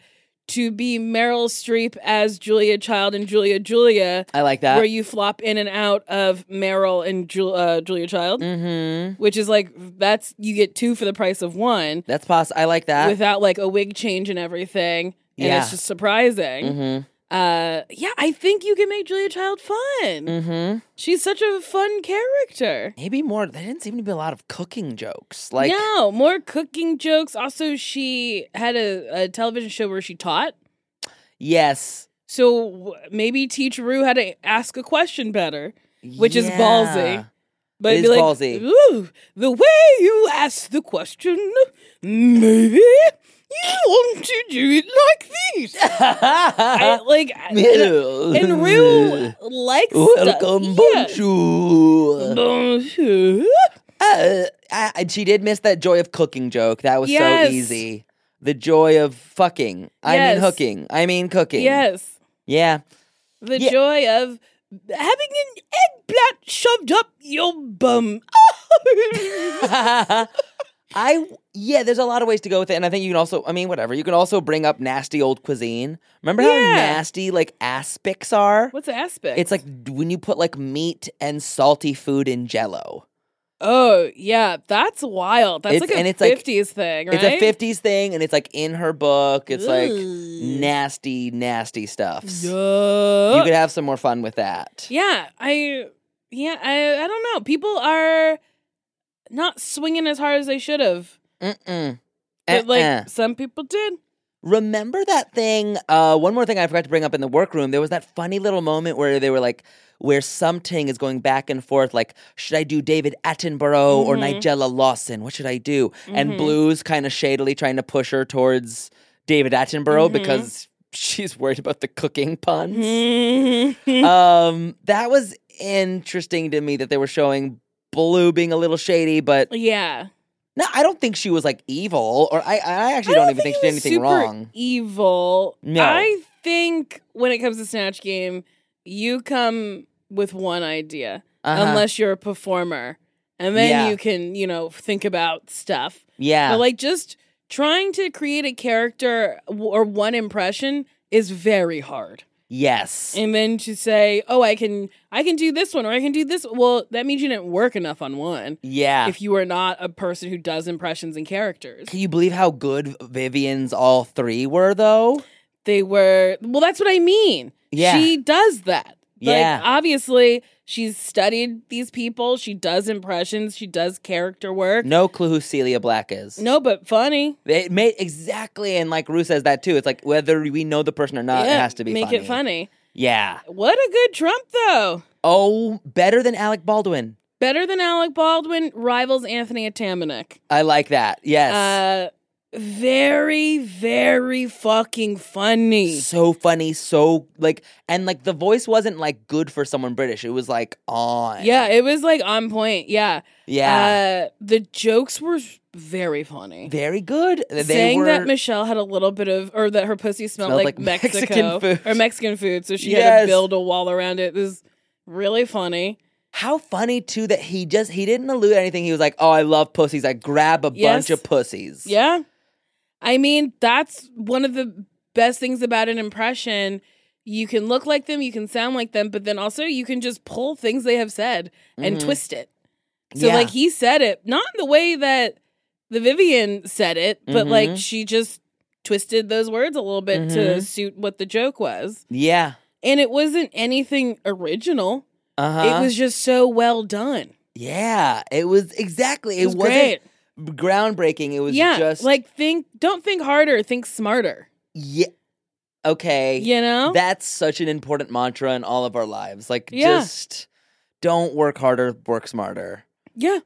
S3: to be Meryl Streep as Julia Child and Julia Julia,
S2: I like that.
S3: where you flop in and out of Meryl and Ju- uh, Julia Child,
S2: mm-hmm.
S3: which is like that's you get two for the price of one
S2: That's possible. I like that.
S3: without like a wig change and everything, and
S2: Yeah.
S3: it's just surprising.
S2: mm-hmm.
S3: Uh, yeah, I think you can make Julia Child fun.
S2: Mm-hmm.
S3: She's such a fun character.
S2: Maybe more. There didn't seem to be a lot of cooking jokes. Like
S3: no, more cooking jokes. Also, she had a, a television show where she taught.
S2: yes,
S3: So w- maybe teach Rue how to ask a question better, which is ballsy.
S2: Yeah.
S3: But
S2: It
S3: it'd
S2: is
S3: be like,
S2: ballsy.
S3: Ooh, the way you ask the question, maybe you want to do it like this. I, like, I- and, and Rue likes
S2: Welcome,
S3: stuff. Yeah.
S2: bonjour.
S3: Bonjour.
S2: Uh, I, I- she did miss that joy of cooking joke. That was
S3: Yes.
S2: so easy. The joy of fucking. I
S3: Yes.
S2: mean hooking. I mean cooking.
S3: Yes.
S2: Yeah.
S3: the
S2: Yeah.
S3: joy of having an eggplant shoved up your bum.
S2: I yeah, there's a lot of ways to go with it. And I think you can also I mean, whatever. You can also bring up nasty old cuisine. Remember how
S3: Yeah.
S2: nasty like aspics are?
S3: What's the aspect?
S2: It's like when you put like meat and salty food in jello.
S3: oh yeah, that's wild. That's
S2: It's-
S3: like a
S2: and it's like-
S3: fifties thing, right?
S2: It's a fifties thing and it's like in her book. It's like
S3: Ooh.
S2: nasty, nasty stuffs.
S3: Yeah.
S2: You could have some more fun with that.
S3: yeah, I yeah I I don't know. People are not swinging as hard as they should have,
S2: Mm-mm.
S3: but
S2: Uh-uh.
S3: like some people did.
S2: remember that thing? Uh, one more thing I forgot to bring up in the workroom. There was that funny little moment where they were like, where something is going back and forth, like, should I do David Attenborough or
S3: Mhm.
S2: Nigella Lawson? What should I do? And
S3: Mhm.
S2: Blue's kind of shadily trying to push her towards David Attenborough
S3: Mhm.
S2: because she's worried about the cooking puns.
S3: Mm-hmm. Mhm.
S2: um, that was interesting to me that they were showing Blue being a little shady, but
S3: yeah,
S2: no, I don't think she was like evil, or I, I actually
S3: I
S2: don't, even think she
S3: it
S2: did
S3: was
S2: anything
S3: super
S2: wrong.
S3: Evil.
S2: No.
S3: I think when it comes to snatch game, you come with one idea,
S2: Uh-huh.
S3: unless you're a performer, and then
S2: Yeah.
S3: you can you know think about stuff.
S2: yeah,
S3: But like just trying to create a character w- or one impression is very hard.
S2: yes,
S3: And then to say, "Oh, I can I can do this one or I can do this." Well, that means you didn't work enough on one.
S2: yeah.
S3: If you are not a person who does impressions and characters.
S2: Can you believe how good Vivian's all three were, though?
S3: they were well that's what i mean
S2: Yeah.
S3: she does that like,
S2: Yeah.
S3: obviously she's studied these people she does impressions she does character work
S2: No clue who Celia Black is.
S3: no but funny
S2: it made exactly, and like Rue says that too. It's like whether we know the person or not, Uh, it
S3: Yeah,
S2: has to be
S3: make
S2: funny.
S3: it funny
S2: Yeah.
S3: what a good trump though
S2: Oh, better than Alec Baldwin.
S3: better than alec baldwin rivals anthony Atamanik.
S2: I like that. Yes.
S3: uh very, very fucking funny.
S2: so funny, so like, and like the voice wasn't like good for someone British. It was like on.
S3: Yeah, it was like on point. Yeah.
S2: yeah,
S3: Uh, the jokes were very funny.
S2: very good. They
S3: Uh, Saying
S2: were,
S3: that Michelle had a little bit of, or that her pussy smelled,
S2: Smelled
S3: like,
S2: like
S3: Mexico
S2: Mexican food.
S3: or Mexican food, so she had to
S2: Yes.
S3: build a wall around it. It was really funny.
S2: how funny too that he just he didn't allude to anything. He was like, "Oh, I love pussies. I grab a
S3: Yes.
S2: bunch of pussies."
S3: Yeah. I mean, that's one of the best things about an impression. You can look like them, you can sound like them, but then also you can just pull things they have said and
S2: Mhm.
S3: twist it. So
S2: Yeah.
S3: like he said it, not in the way that the Vivian said it, but like
S2: Mhm.
S3: she just twisted those words a little bit
S2: Mm-hmm.
S3: to suit what the joke was.
S2: yeah,
S3: And it wasn't anything original.
S2: uh huh.
S3: It was just so well done.
S2: yeah, it was exactly. It,
S3: It was
S2: wasn't
S3: great.
S2: groundbreaking. It was
S3: yeah.
S2: just
S3: Like think don't think harder, think smarter.
S2: yeah. Okay,
S3: You know?
S2: that's such an important mantra in all of our lives. Like,
S3: Yeah.
S2: just don't work harder, work smarter.
S3: Yeah.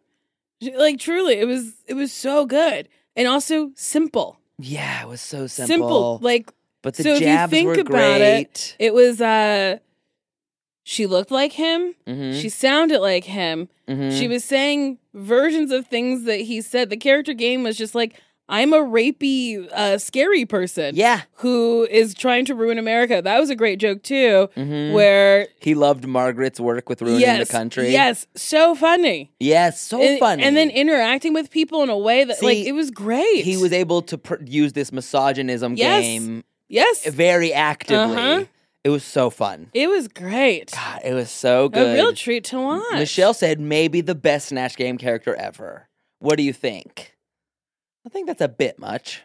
S3: Like truly, it was it was so good. And also simple.
S2: Yeah, it was so
S3: Simple.
S2: simple.
S3: Like
S2: but the
S3: so if you
S2: jabs
S3: think
S2: were
S3: about
S2: great.
S3: it was uh she looked like him,
S2: Mhm,
S3: she sounded like him.
S2: mhm.
S3: She was saying versions of things that he said. The character game was just like I'm a rapey uh scary person
S2: yeah.
S3: who is trying to ruin America. That was a great joke too
S2: mhm.
S3: where
S2: he loved Margaret's work with ruining
S3: yes,
S2: the country.
S3: Yes, so funny.
S2: yes, so
S3: and,
S2: funny.
S3: And then interacting with people in a way that like
S2: See,
S3: it was great.
S2: he was able to pr- use this misogynism
S3: Yes.
S2: game
S3: Yes.
S2: very actively.
S3: Uh-huh.
S2: It was so fun.
S3: It was great.
S2: God, it was so good.
S3: A real treat to watch.
S2: Michelle said maybe the best Snatch Game character ever. What do you think? I think that's a bit much.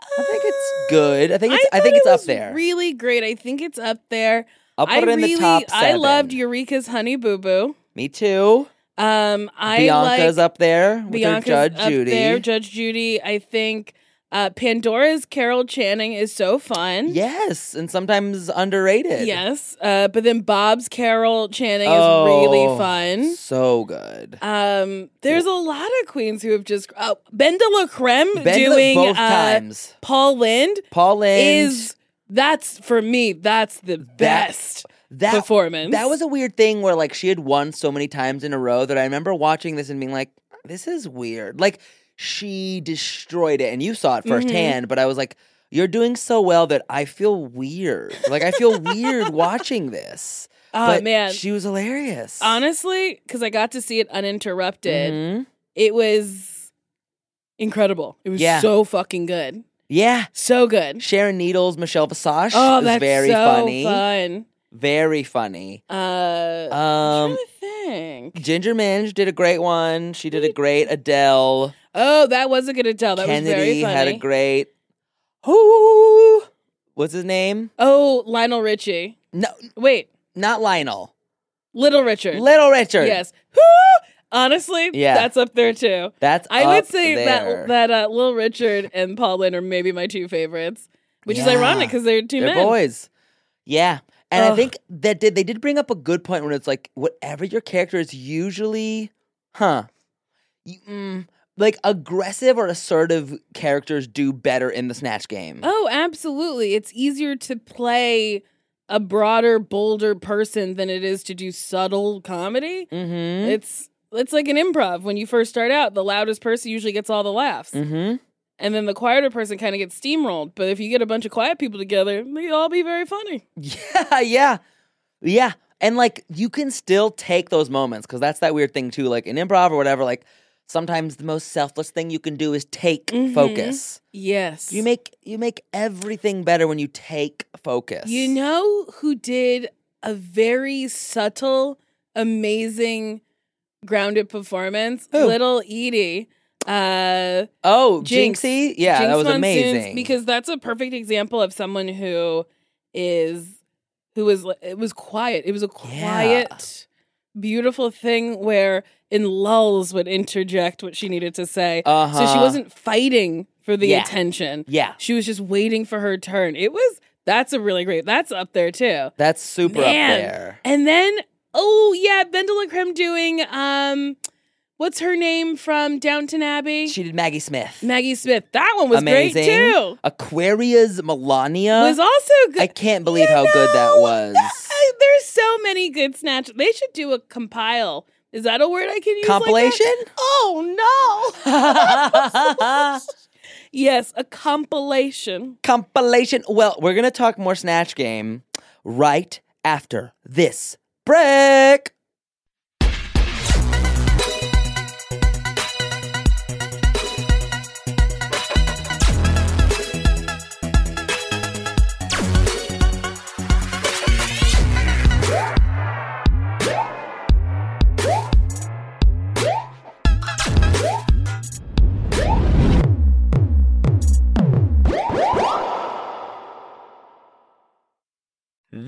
S2: I think it's good. I think it's I, think
S3: Uh, thought
S2: it's
S3: it
S2: up
S3: was
S2: there.
S3: Really great. I think it's up there.
S2: I'll put
S3: I
S2: it in
S3: really,
S2: the top seven.
S3: I loved Eureka's Honey Boo Boo.
S2: Me too.
S3: Um, I
S2: Bianca's
S3: like
S2: up there with
S3: Bianca's
S2: her Judge
S3: up
S2: Judy.
S3: there. Judge Judy. I think uh, Pandora's Carol Channing is so fun.
S2: yes, and sometimes underrated.
S3: Yes. Uh, but then Bob's Carol Channing is really
S2: Oh,
S3: fun.
S2: So good.
S3: Um, there's a lot of queens who have just oh, Ben de la Creme
S2: Ben
S3: doing
S2: both
S3: uh,
S2: times.
S3: Paul Lind
S2: Paul Lynde,
S3: is that's for me that's the best
S2: that,
S3: performance.
S2: That was a weird thing where like she had won so many times in a row that I remember watching this and being like, this is weird. Like she destroyed it and you saw
S3: Mm-hmm.
S2: it firsthand, but I was like, you're doing so well that I feel weird. Like I feel weird watching this.
S3: oh
S2: but
S3: man
S2: she was hilarious.
S3: honestly because I got to see it uninterrupted
S2: Mhm.
S3: it was incredible it was
S2: Yeah.
S3: so fucking good
S2: Yeah.
S3: so good
S2: Sharon Needles, Michelle Visage
S3: oh
S2: is
S3: that's
S2: very
S3: so
S2: funny.
S3: fun
S2: Very funny.
S3: uh I'm
S2: Um
S3: trying to think
S2: Ginger Minge did a great one. She did a great Adele.
S3: Mm-hmm. oh that was a good Adele that was very
S2: Kennedy
S3: funny
S2: had a great. Who? What's his name?
S3: oh Lionel Richie
S2: No,
S3: wait
S2: not Lionel.
S3: Little Richard
S2: Little Richard.
S3: yes Who? honestly
S2: Yeah.
S3: that's up there too
S2: that's.
S3: I would
S2: up
S3: say
S2: there.
S3: that that uh, Little Richard and Paul Lynn are maybe my two favorites, which is
S2: Yeah.
S3: ironic because they're 2
S2: they're
S3: men.
S2: boys. Yeah, and
S3: Ugh.
S2: I think that did they did bring up a good point when it's like whatever your character is usually, huh? You, mm, like aggressive or assertive characters do better in the snatch game.
S3: Oh, absolutely! It's easier to play a broader, bolder person than it is to do subtle comedy.
S2: Mm-hmm.
S3: It's it's like an improv. When you first start out, the loudest person usually gets all the laughs,
S2: mm-hmm.
S3: and then the quieter person kind of gets steamrolled. But if you get a bunch of quiet people together, they all be very funny.
S2: Yeah, yeah, yeah. And like you can still take those moments because that's that weird thing too. Like in improv or whatever, like sometimes the most selfless thing you can do is take
S3: Mhm.
S2: focus.
S3: Yes,
S2: You make you make everything better when you take focus.
S3: You know who did a very subtle, amazing, grounded performance?
S2: Who?
S3: Little Edie. Uh,
S2: Oh,
S3: Jinx.
S2: Jinxie, yeah,
S3: Jinx
S2: that was
S3: Monsoons,
S2: amazing.
S3: Because that's a perfect example of someone who is who was it was quiet. It was a quiet, beautiful thing where in lulls would interject what she needed to say.
S2: uh-huh.
S3: So she wasn't fighting for the
S2: Yeah.
S3: attention.
S2: Yeah,
S3: She was just waiting for her turn. It was that's a really great. That's up there too.
S2: that's super
S3: Man.
S2: up there.
S3: And then, oh yeah, Ben de la Creme doing um, What's her name from Downton Abbey?
S4: She did Maggie Smith.
S3: Maggie Smith. That one was
S4: Amazing.
S3: great too.
S4: Aquaria's Melania.
S3: was also good.
S4: I can't believe
S3: You
S4: how good that
S3: know,
S4: was.
S3: I- There's so many good snatch. They should do a compile. Is that a word I can use? like that?
S4: Compilation?
S3: oh no. Yes, a compilation.
S4: Compilation. Well, we're going to talk more Snatch Game right after this break.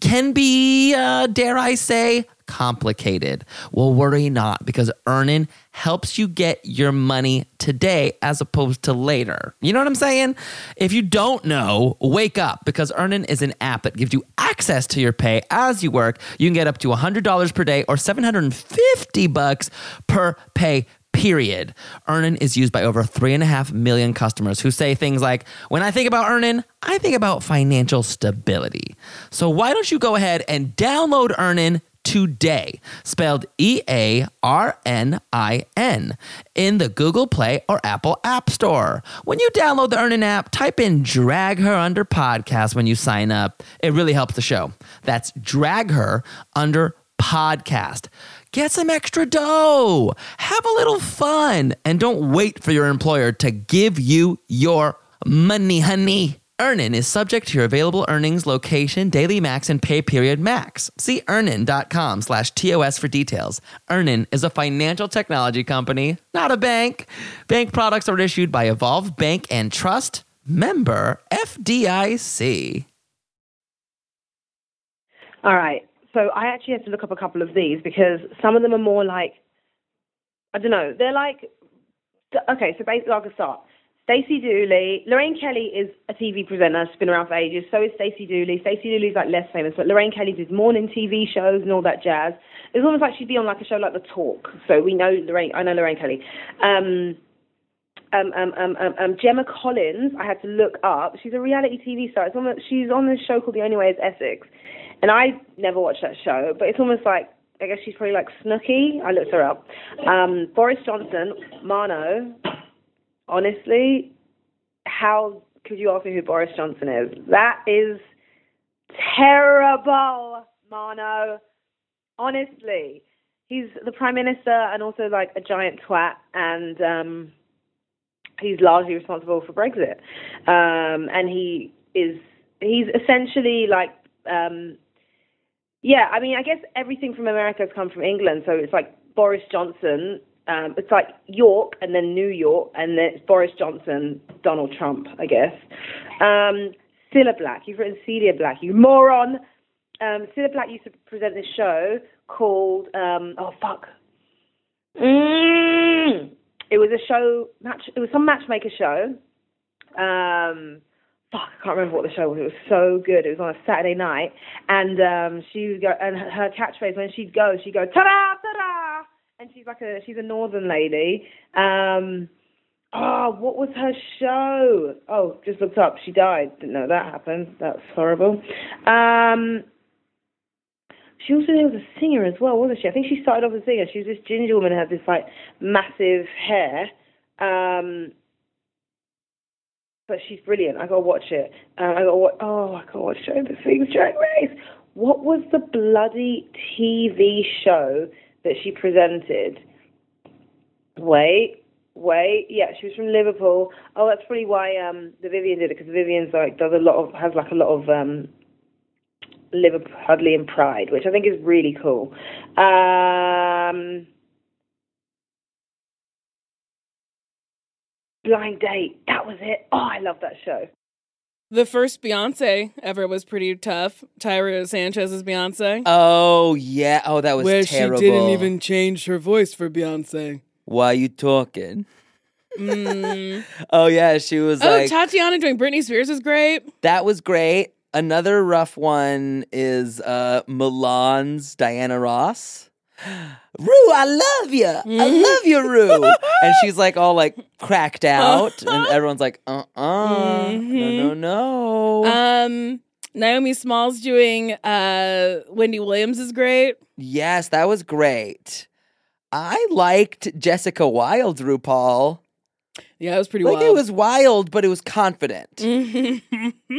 S2: can be, uh, dare I say, complicated. Well, worry not because earning helps you get your money today as opposed to later. You know what I'm saying? If you don't know, wake up because earning is an app that gives you access to your pay as you work. You can get up to $100 per day or 750 bucks per pay period. Earnin is used by over three and a half million customers who say things like, when I think about earnin, I think about financial stability. So why don't you go ahead and download earnin today, spelled E A R N I N, in the Google Play or Apple App Store. When you download the Earnin app, type in Drag Her Under Podcast when you sign up. It really helps the show. That's Drag Her Under podcast. Get some extra dough. Have a little fun and don't wait for your employer to give you your money, honey. Earnin is subject to your available earnings, location, daily max, and pay period max. See earnin.com slash TOS for details. Earnin is a financial technology company, not a bank. Bank products are issued by Evolve Bank and Trust, member FDIC.
S5: All right. So I actually had to look up a couple of these because some of them are more like, I don't know, they're like, okay, so basically I'll start. Stacey Dooley, Lorraine Kelly is a TV presenter, she's been around for ages. So is Stacey Dooley. Stacey Dooley's like less famous, but Lorraine Kelly did morning TV shows and all that jazz. It's almost like she'd be on like a show like The Talk. So we know Lorraine, I know Lorraine Kelly. Um, um, um, um, um, um, Gemma Collins, I had to look up. She's a reality TV star. It's almost, she's on this show called The Only Way is Essex. And I never watched that show, but it's almost like, I guess she's probably like Snooky. I looked her up. Um, Boris Johnson, Mano, honestly, how could you ask me who Boris Johnson is? That is terrible, Mano. Honestly. He's the prime minister and also like a giant twat and um he's largely responsible for Brexit, um, and he is he's essentially like. Um, yeah, I mean, I guess everything from America has come from England. So it's like Boris Johnson. Um, it's like York and then New York, and then it's Boris Johnson, Donald Trump, I guess. Um, Cilla Black, you've written Celia Black, you moron. Um, Cilla Black used to present this show called, um, oh, fuck. Mm. It was a show, match, it was some matchmaker show. Um, fuck, I can't remember what the show was. It was so good. It was on a Saturday night, and um, she would go, and her- her catchphrase when she'd go, she'd go ta da ta da, and she's like a she's a northern lady. Um, oh, what was her show? Oh, just looked up. She died. Didn't know that happened. That's horrible. Um, she also was a singer as well, wasn't she? I think she started off as a singer. She was this ginger woman who had this like massive hair. Um, but she's brilliant. I gotta watch it. Um, I gotta watch. Oh, I gotta watch Show the Things Drag Race. What was the bloody TV show that she presented? Wait, wait. Yeah, she was from Liverpool. Oh, that's probably why um, the Vivian did it because Vivian's like does a lot of has like a lot of um, Liverpudlian pride, which I think is really cool. Um, Blind Date. That was it. Oh, I love that show.
S3: The first Beyonce ever was pretty tough. Tyra Sanchez's Beyonce,
S2: Oh yeah. Oh, that was
S3: where
S2: terrible.
S3: she didn't even change her voice for Beyonce.
S2: Why you talking? oh yeah, she was
S3: Mm. Oh,
S2: like
S3: Tatiana doing Britney Spears is great.
S2: that was great. Another rough one is uh, Milan's Diana Ross. Rue, I love you. I
S3: Mm.
S2: love you, Rue. and she's like all like cracked out,
S3: Uh-huh.
S2: and everyone's like, uh uh no, no,
S3: Mm-hmm.
S2: no.
S3: Um, Naomi Smalls doing uh, Wendy Williams is great.
S2: yes, that was great. I liked Jessica Wilde's RuPaul.
S3: Yeah, it was pretty
S2: Like
S3: wild. Mm-hmm.
S2: it was wild, but it was confident. it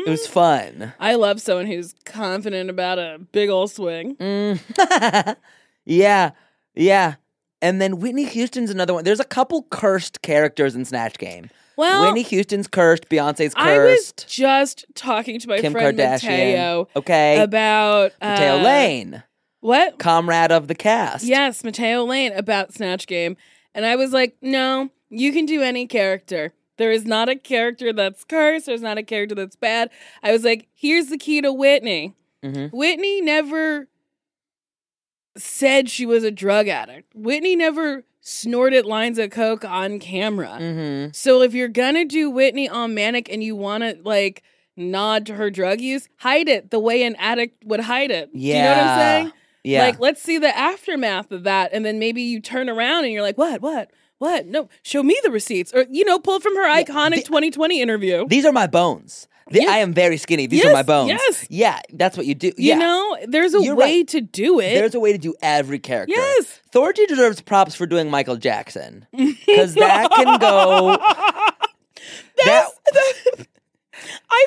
S2: was fun.
S3: I love someone who's confident about a big old swing.
S2: Mm. yeah, yeah. And then Whitney Houston's another one. There's a couple cursed characters in Snatch Game.
S3: Well,
S2: Whitney Houston's cursed. Beyonce's
S3: I was
S2: cursed.
S3: just talking to my
S2: Kim
S3: friend
S2: Kardashian.
S3: Mateo
S2: Okay.
S3: about uh,
S2: Mateo Lane,
S3: What?
S2: comrade of the cast.
S3: Yes, Mateo Lane about Snatch Game. And I was like, no, you can do any character. There is not a character that's cursed. There's not a character that's bad. I was like, here's the key to Whitney.
S2: Mhm.
S3: Whitney never said she was a drug addict. Whitney never snorted lines of coke on camera.
S2: Mm-hmm.
S3: So if you're gonna do Whitney on manic and you want to like nod to her drug use, hide it the way an addict would hide it.
S2: Yeah.
S3: Do you know what I'm saying?
S2: Yeah.
S3: Like, let's see the aftermath of that. And then maybe you turn around and you're like, what, what, what? No, show me the receipts. Or, you know, pull from her iconic 2020 interview.
S2: These are my bones. The-
S3: Yes.
S2: I am very skinny. These are
S3: Yes,
S2: my bones.
S3: yes.
S2: Yeah, that's what you do.
S3: you
S2: yeah.
S3: know, there's a
S2: You're
S3: way
S2: right.
S3: to do it.
S2: There's a way to do every character.
S3: Yes.
S2: Thorgy deserves props for doing Michael Jackson. Because that can go. that,
S3: I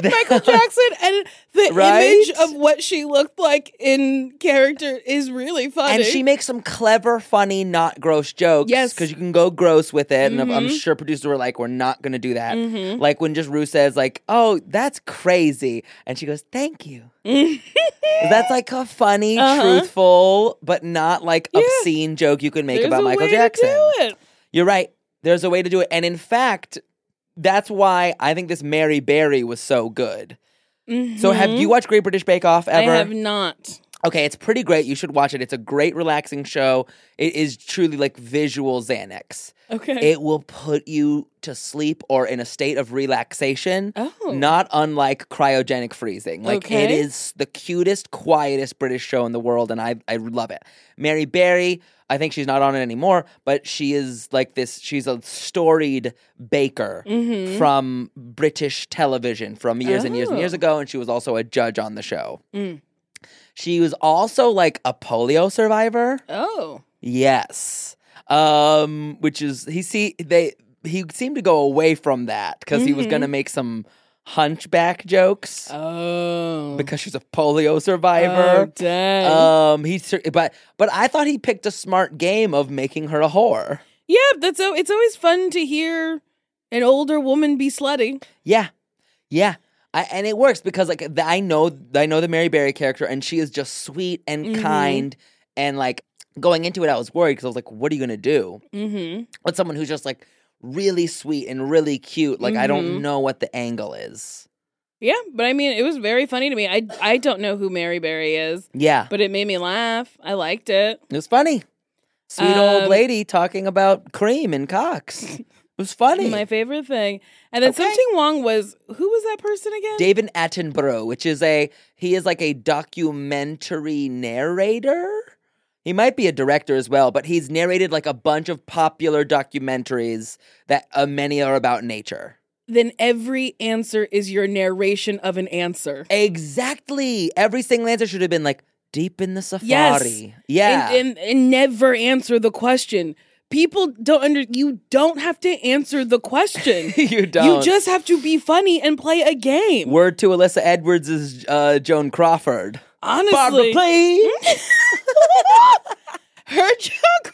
S3: Thorgy did Michael Jackson, and the
S2: Right?
S3: image of what she looked like in character is really funny.
S2: and she makes some clever, funny, not gross jokes.
S3: Yes. Mm-hmm.
S2: because you can go gross with it, and I'm- I'm sure producers were like, "We're not going to do that." Like when just Rue says, "Like, oh, that's crazy," and she goes, "Thank you." that's like a funny,
S3: Uh-huh.
S2: truthful, but not like obscene joke you can make
S3: There's
S2: about
S3: a
S2: Michael
S3: way to
S2: Jackson.
S3: do it.
S2: You're right. There's a way to do it, and in fact, that's why I think this Mary Berry was so good. So, have you watched Great British Bake Off ever?
S3: Mm-hmm. I have not.
S2: Okay, it's pretty great. You should watch it. It's a great, relaxing show. It is truly like visual Xanax.
S3: Okay.
S2: It will put you to sleep or in a state of relaxation,
S3: Oh.
S2: not unlike cryogenic freezing. Like, it
S3: Okay.
S2: is the cutest, quietest British show in the world, and I, I love it. Mary Berry, I think she's not on it anymore, but she is like this, she's a storied baker from British television from years and years and years
S3: Mm-hmm. Oh.
S2: ago, and she was also a judge on the show.
S3: Mm.
S2: She was also like a polio survivor.
S3: oh.
S2: Yes. Um, which is he see they he seemed to go away from that because he was
S3: Mm-hmm.
S2: gonna make some hunchback jokes
S3: Oh.
S2: because she's a polio
S3: oh,
S2: survivor.
S3: dang.
S2: Oh, Uh, um, he cer- but but I thought he picked a smart game of making her a whore.
S3: Yeah, that's o- it's always fun to hear an older woman be slutty.
S2: Yeah, yeah, I, and it works because like the, I know I know the Mary Berry character, and she is just sweet and
S3: Mhm.
S2: kind, and like going into it, I was worried because I was like, "What are you gonna do?"
S3: Mm-hmm.
S2: With someone who's just like really sweet and really cute, like I
S3: Mhm.
S2: don't know what the angle is.
S3: Yeah, but I mean, it was very funny to me. I I don't know who Mary Berry is,
S2: Yeah,
S3: but it made me laugh. I liked it.
S2: it was funny. Sweet old
S3: Um,
S2: lady talking about cream and cocks. It was funny.
S3: My favorite thing. And then
S2: Okay.
S3: something wrong was who was that person again?
S2: David Attenborough, which is a he is like a documentary narrator. He might be a director as well, but he's narrated like a bunch of popular documentaries that uh, many are about nature.
S3: then every answer is your narration of an answer.
S2: Exactly. Every single answer should have been like deep in the safari.
S3: Yes.
S2: Yeah.
S3: And, and, and never answer the question. People don't under you don't have to answer the question.
S2: you don't.
S3: You just have to be funny and play a game.
S2: word to Alyssa Edwards is uh, Joan Crawford. Barbara,
S3: Honestly,
S2: please.
S3: her Joan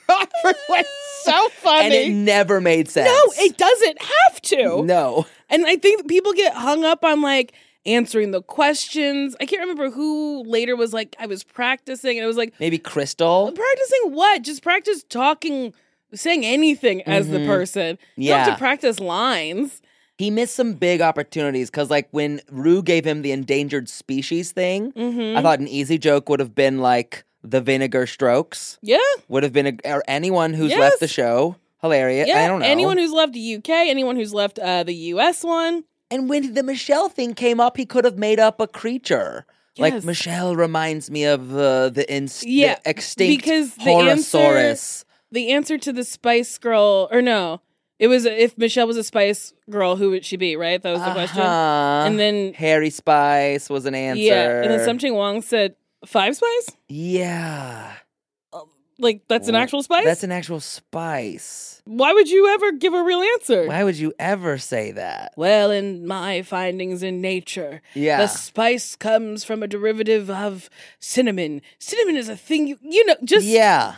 S3: Crawford was so funny.
S2: and it never made sense.
S3: no, it doesn't have to.
S2: No.
S3: And I think people get hung up on like answering the questions. I can't remember who later was like, I was practicing, and it was like,
S2: Maybe Crystal.
S3: practicing what? Just practice talking, saying anything as the person. You don't have
S2: Mm-hmm. Yeah.
S3: to practice lines.
S2: he missed some big opportunities because like when rue gave him the endangered species thing
S3: Mm-hmm.
S2: i thought an easy joke would have been like the vinegar strokes
S3: Yeah,
S2: would have been a, or anyone who's left the
S3: Yes.
S2: show hilarious
S3: yeah.
S2: i don't know
S3: Anyone who's left uk, anyone who's left uh, the us one.
S2: and when the michelle thing came up he could have made up a creature
S3: Yes.
S2: like michelle reminds me of uh, the, inst-
S3: Yeah,
S2: the extinct
S3: because the
S2: horosaurus
S3: The answer to the Spice Girl, or no, it was if Michelle was a Spice Girl, who would she be? Right, that was the question.
S2: Uh-huh.
S3: And then
S2: harry spice was an answer
S3: yeah, and then something Wong said five spice.
S2: yeah
S3: Like that's an
S2: Wh-
S3: actual spice.
S2: that's an actual spice
S3: Why would you ever give a real answer?
S2: Why would you ever say that?
S3: Well, in my findings in nature,
S2: Yeah.
S3: The spice comes from a derivative of cinnamon. Cinnamon is a thing you you know just
S2: yeah,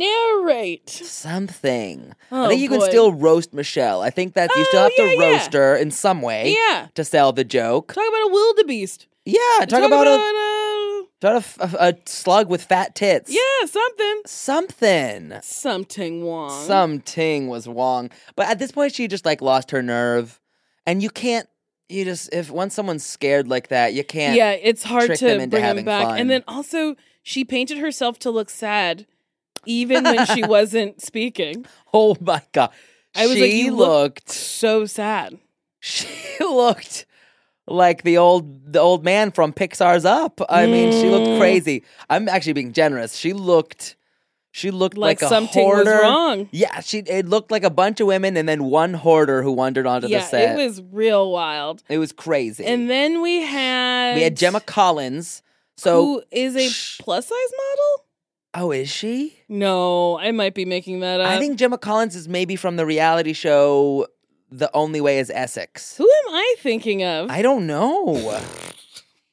S3: narrate.
S2: something.
S3: Oh,
S2: I think you
S3: boy.
S2: can still roast Michelle. I think that you still
S3: Oh,
S2: have
S3: yeah,
S2: to
S3: yeah.
S2: roast her in some way
S3: Yeah.
S2: to sell the joke.
S3: Talk about a wildebeest.
S2: Yeah, talk, about, a
S3: a,
S2: talk about a, a slug with fat tits.
S3: yeah something
S2: something.
S3: something wrong.
S2: Something was wrong. But at this point, she just like lost her nerve, and you can't. You just if once someone's scared like that, you can't.
S3: yeah, it's hard
S2: trick
S3: to
S2: them into
S3: bring him
S2: having
S3: back.
S2: fun.
S3: And then also she painted herself to look sad, even when she wasn't speaking.
S2: Oh my god.
S3: I was
S2: she
S3: like, you look-
S2: looked
S3: So sad.
S2: she looked like the old the old man from Pixar's Up. I mean, she
S3: Mm.
S2: looked crazy. I'm actually being generous. She looked she looked
S3: Like
S2: like, a
S3: something was
S2: hoarder.
S3: wrong.
S2: Yeah, she it looked like a bunch of women and then one hoarder who wandered onto
S3: yeah,
S2: the set.
S3: it was real wild.
S2: It was crazy.
S3: And then we had
S2: we had Gemma Collins. So
S3: who is a
S2: Shh.
S3: plus size model?
S2: oh, is she?
S3: No, I might be making that up.
S2: I think Gemma Collins is maybe from the reality show The Only Way Is Essex.
S3: Who am I thinking of?
S2: I don't know.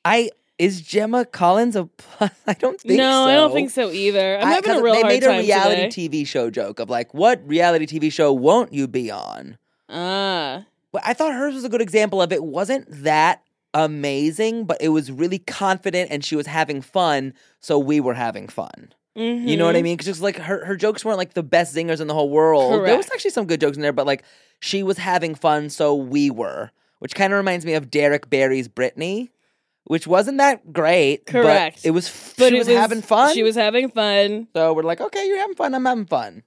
S2: I is Gemma Collins a plus? I don't
S3: no,
S2: think so.
S3: I don't think so either. I'm
S2: I-
S3: having a
S2: 'cause
S3: real
S2: they
S3: hard
S2: made
S3: time
S2: a reality
S3: today.
S2: TV show joke of like, what reality TV show won't you be on?
S3: ah,
S2: But I thought hers was a good example of it wasn't that amazing, but it was really confident and she was having fun, so we were having fun. You know what
S3: Mm-hmm.
S2: I mean? 'Cause just like her, her jokes weren't like the best zingers in the whole world. There was
S3: Correct.
S2: actually some good jokes in there, but like she was having fun, so we were, which kind of reminds me of Derek Barry's Britney, which wasn't that great. but
S3: Correct.
S2: it was. F- she
S3: it
S2: was, having fun.
S3: She was having fun.
S2: So we're like, okay, you're having fun. I'm having fun.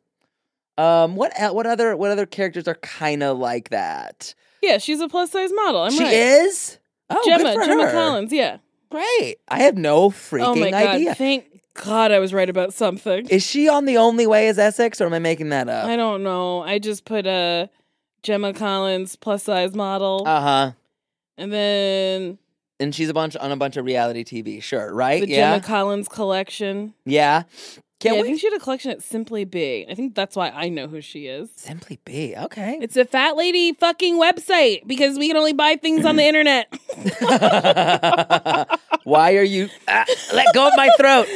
S2: Um, what el- what other what other characters are kind of like that?
S3: Yeah, she's a plus size model. I'm
S2: she
S3: right.
S2: is. Oh, good
S3: Gemma,
S2: for
S3: Gemma
S2: her.
S3: Collins. Yeah.
S2: Great. I have no freaking
S3: oh my god!
S2: idea.
S3: Thank God I was right about something.
S2: Is she on the only way as Essex, or am I making that
S3: I
S2: up?
S3: don't know. I just put a Gemma Collins plus size model,
S2: Uh huh.
S3: and then
S2: And she's a bunch on a bunch of reality TV. Sure, right?
S3: the
S2: yeah,
S3: Gemma Collins collection.
S2: yeah. Can
S3: yeah, I
S2: we?
S3: think she had a collection at Simply Big. I think that's why I know who she is.
S2: Simply be okay.
S3: It's a fat lady fucking website because we can only buy things on the internet.
S2: Why are you? Ah, let go of my throat.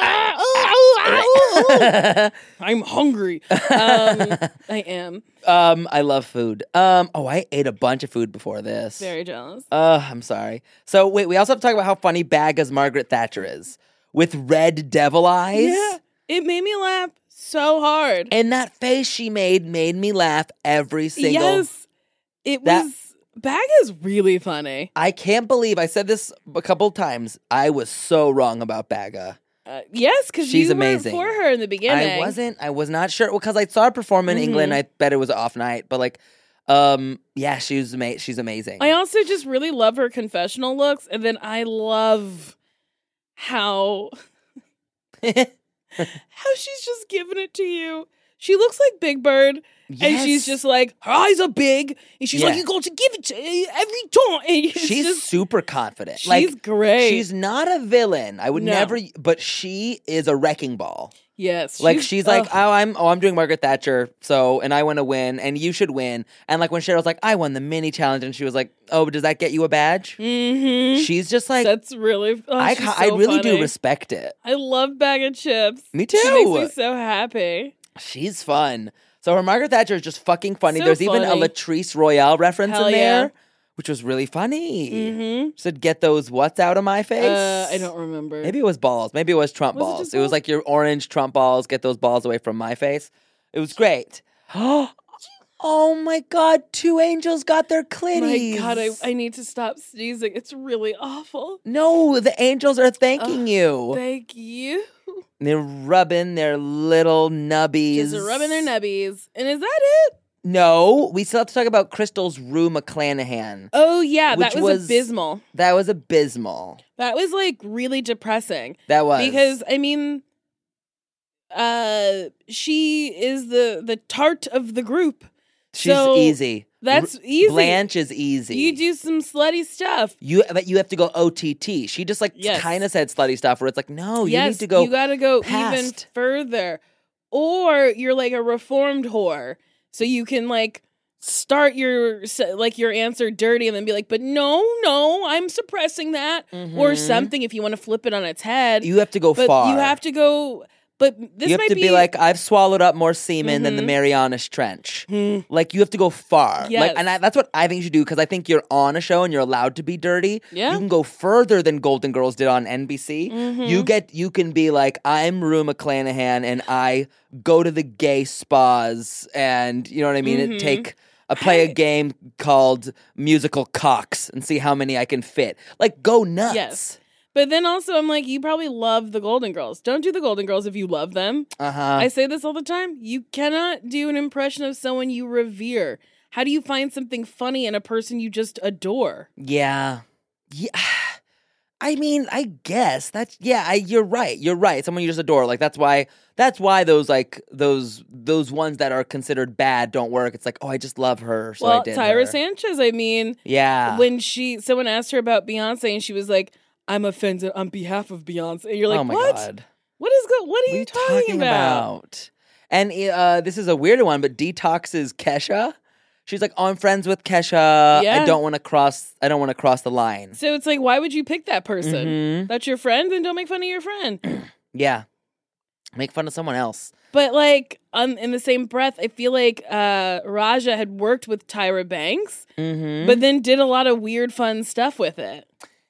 S2: ah,
S3: I'm hungry. Um, I am
S2: um, I love food. Um, oh, I ate a bunch of food before this.
S3: very jealous.
S2: Uh, I'm sorry. So wait, we also have to talk about how funny Bagga's Margaret Thatcher is with red devil eyes.
S3: It made me laugh so hard.
S2: And that face she made made me laugh every single.
S3: Yes, it
S2: That-
S3: was. Bag is really funny.
S2: I can't believe I said this a couple times. I was so wrong about Bagga.
S3: Uh, yes, because
S2: She's
S3: you
S2: amazing.
S3: were for her in the beginning.
S2: I wasn't. I was not sure because I saw her perform in England.
S3: Mm-hmm.
S2: I bet it was an off night, but like, um, yeah, she was ama- she's amazing.
S3: I also just really love her confessional looks, and then I love how how she's just giving it to you. She looks like Big Bird, and
S2: Yes.
S3: she's just like her eyes are big, and she's like,
S2: Yeah.
S3: "You got to give it to me every time." And it's
S2: she's
S3: just-
S2: super confident.
S3: she's
S2: like,
S3: great.
S2: she's not a villain. I would
S3: No.
S2: never. But she is a wrecking ball.
S3: yes,
S2: Like she's, like,
S3: ugh.
S2: oh, I'm, oh, I'm doing Margaret Thatcher. So, and I want to win, and you should win. And like when Cheryl's like, I won the mini challenge, and she was like, oh, but does that get you a badge?
S3: Mhm.
S2: She's just like,
S3: that's really. Oh,
S2: I,
S3: she's
S2: ca- I
S3: so
S2: really do
S3: funny.
S2: respect it.
S3: I love bag of chips.
S2: Me
S3: She makes me
S2: too.
S3: so happy.
S2: She's fun. So her Margaret Thatcher is just fucking funny.
S3: So
S2: There's even a
S3: funny.
S2: Latrice Royale reference
S3: Hell
S2: in
S3: yeah.
S2: there, which was really funny.
S3: Mm-hmm.
S2: Said, "Get those what's out of my face."
S3: Uh, I don't remember.
S2: Maybe it was balls. Maybe it was Trump
S3: Was it
S2: balls.
S3: just
S2: It was
S3: balls?
S2: like your orange Trump balls. Get those balls away from my face. It was great. oh my God! Two angels got their
S3: My
S2: clitties.
S3: God, I, I need to stop sneezing. It's really awful.
S2: no, the angels are thanking you.
S3: Thank you.
S2: They're rubbing their little nubbies.
S3: Just rubbing their nubbies. And is that it?
S2: No, we still have to talk about Crystal's Rue McClanahan.
S3: Oh yeah,
S2: Which
S3: that was,
S2: was-
S3: abysmal.
S2: That was abysmal.
S3: That was like really depressing.
S2: That was
S3: Because I mean uh she is the the tart of the group.
S2: she's
S3: so
S2: easy.
S3: That's
S2: R-
S3: easy.
S2: Blanche is easy.
S3: You do some slutty stuff.
S2: You but you have to go OTT. She just like
S3: Yes.
S2: kind of said slutty stuff where it's like, no, Oh, you
S3: yes,
S2: need to go.
S3: you gotta go even
S2: past.
S3: further. Or you're like a reformed whore. So you can like start your se- like your answer dirty and then be like, but no, no, I'm suppressing that. Or
S2: Mhm.
S3: something if you want to flip it on its head.
S2: You have to go
S3: but
S2: far.
S3: you have to go but this
S2: You have
S3: might
S2: to be, like, I've swallowed up more semen than the
S3: Mhm.
S2: Marianas Trench.
S3: Hmm.
S2: Like you have to go far.
S3: Yes.
S2: Like, and I, that's what I think you should do because I think you're on a show and you're allowed to be dirty.
S3: Yeah. Mm-hmm.
S2: You can go further than Golden Girls did on NBC. You get you can be like I'm Rue McClanahan and I go to the gay spas and you know what I mean.
S3: Mm-hmm.
S2: It take. I play a game called musical cocks and see how many I can fit. Like go nuts.
S3: Yes. But then also, I'm like, you probably love the Golden Girls. Don't do the Golden Girls if you love them.
S2: Uh huh.
S3: I say this all the time. You cannot do an impression of someone you revere. How do you find something funny in a person you just adore?
S2: Yeah. Yeah. I mean, I guess that's yeah, I, you're right. You're right. Someone you just adore. Like that's why that's why those like those those ones that are considered bad don't work. It's like, "Oh, I just love her." So
S3: well,
S2: I did.
S3: Tyra
S2: her. Ah.
S3: Sanchez, I mean,
S2: Yeah.
S3: when she someone asked her about Beyonce and she was like, I'm offended on behalf of Beyonce. And you're like,
S2: oh my
S3: what?
S2: god.
S3: What is go- what are
S2: What
S3: you talking, about?
S2: And uh, this is a weirder one, but Detox is Kesha. She's like, "Oh, I'm friends with Kesha. I
S3: Yeah.
S2: don't want to cross I don't want to cross the line."
S3: So it's like, why would you pick that person?
S2: Mhm.
S3: That's your friend, then don't make fun of your friend.
S2: Yeah. Make fun of someone else.
S3: But like um, in the same breath, I feel like uh, Raja had worked with Tyra Banks,
S2: Mhm.
S3: but then did a lot of weird, fun stuff with it.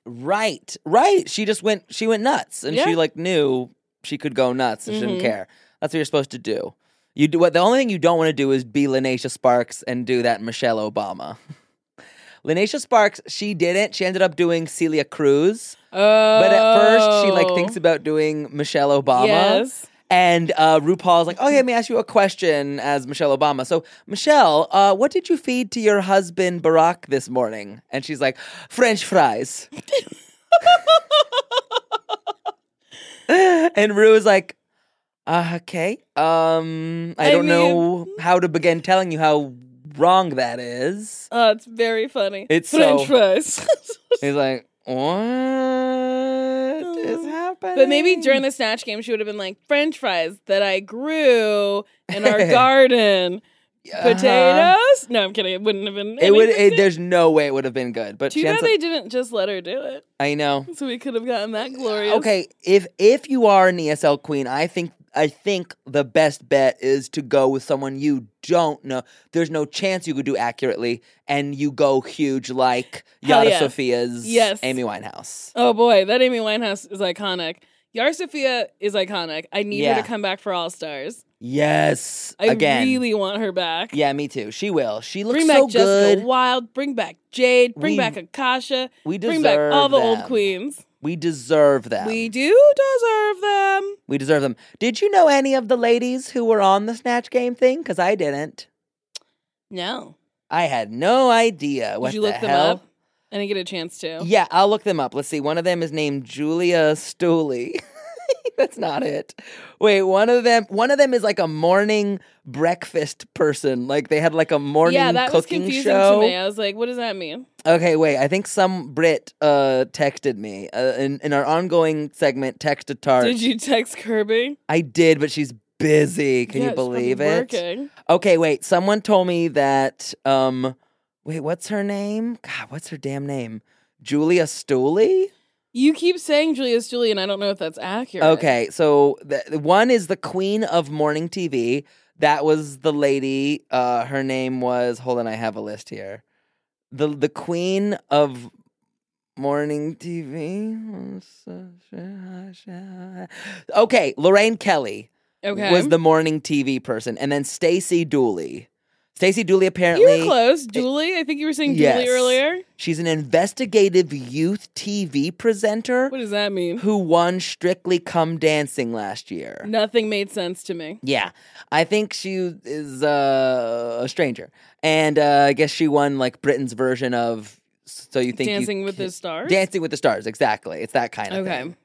S2: Right, right. She just went. She went nuts, and she
S3: Yeah.
S2: like knew she could go nuts, and she didn't
S3: Mhm.
S2: care. That's what you're supposed to do. You do what the only thing you don't want to do is be Linacia Sparks and do that Michelle Obama. Linacia Sparks, she didn't. She ended up doing Celia Cruz,
S3: Oh,
S2: but at first she like thinks about doing Michelle Obama.
S3: Yes.
S2: And uh, RuPaul's like, "Okay, let me ask you a question." As Michelle Obama, so Michelle, uh, what did you feed to your husband Barack this morning? And she's like, "French fries." and Ru is like, uh, "Okay, um, I,
S3: I
S2: don't know
S3: mean-
S2: how to begin telling you how wrong that is."
S3: Oh, it's very funny.
S2: It's
S3: French
S2: so-
S3: fries.
S2: He's like, What is happening?
S3: But maybe during the snatch game, she would have been like French fries that I grew in our garden,
S2: Uh-huh.
S3: potatoes. No, I'm kidding. It wouldn't have been.
S2: It would.
S3: anything
S2: It, there's no way it would have been good. But
S3: good. Too bad
S2: chance
S3: they didn't just let her do it,
S2: I know.
S3: so we could have gotten that glorious.
S2: Okay, if if you are an ESL queen, I think I think the best bet is to go with someone you don't know. There's no chance you could do accurately, and you go huge like
S3: Hell
S2: Yara
S3: yeah.
S2: Sophia's
S3: Yes.
S2: Amy Winehouse.
S3: Oh boy, that Amy Winehouse is iconic. Yara Sophia is iconic. I need her
S2: Yeah.
S3: to come back for All Stars.
S2: Yes,
S3: I
S2: again.
S3: really want her back.
S2: yeah, me too. She will. She looks
S3: Bring back
S2: so
S3: Jessica
S2: good.
S3: Wild. Bring back Jade. Bring
S2: We-
S3: back Akasha.
S2: we
S3: Bring back all
S2: deserve
S3: the old
S2: them.
S3: queens.
S2: We deserve them. We,
S3: We do deserve them.
S2: deserve them. Did you know any of the ladies who were on the snatch game thing? Because I didn't.
S3: No.
S2: I had no idea. What
S3: Did you
S2: the
S3: look them
S2: hell.
S3: up? I didn't get a chance to.
S2: Yeah, I'll look them up. Let's see. One of them is named Julia Stooley. That's not it. Wait, one of them one of them is like a morning breakfast person. Like they had like a morning
S3: yeah, that was
S2: cooking
S3: confusing
S2: show.
S3: to me. I was like, what does that mean?
S2: Okay, wait. I think some Brit uh texted me uh, in in our ongoing segment text a tart.
S3: Did you text Kirby?
S2: I did, but she's busy. Can
S3: Yeah,
S2: you
S3: it's fucking
S2: believe it?
S3: Working.
S2: Okay, wait. Someone told me that. Um, wait, what's her name? God, what's her damn name? Julia Stooley.
S3: You keep saying Julius Julie, and I don't know if that's accurate.
S2: Okay, so the, the one is the queen of morning TV. That was the lady. Uh, her name was. Hold on, I have a list here. the The queen of morning TV. Okay, Lorraine Kelly
S3: Okay.
S2: was the morning TV person, and then Stacy Dooley. Stacy Dooley
S3: you
S2: apparently
S3: were close. Dooley? I think you were saying Dooley
S2: Yes.
S3: earlier.
S2: she's an investigative youth TV presenter
S3: What does that mean?
S2: who won Strictly Come Dancing last year.
S3: Nothing made sense to me.
S2: Yeah, I think she is uh, a stranger, and uh, I guess she won like Britain's version of "So You Think You
S3: Dancing with
S2: Ki-
S3: the Stars?
S2: Dancing with the Stars, exactly. It's that kind of
S3: Okay.
S2: thing.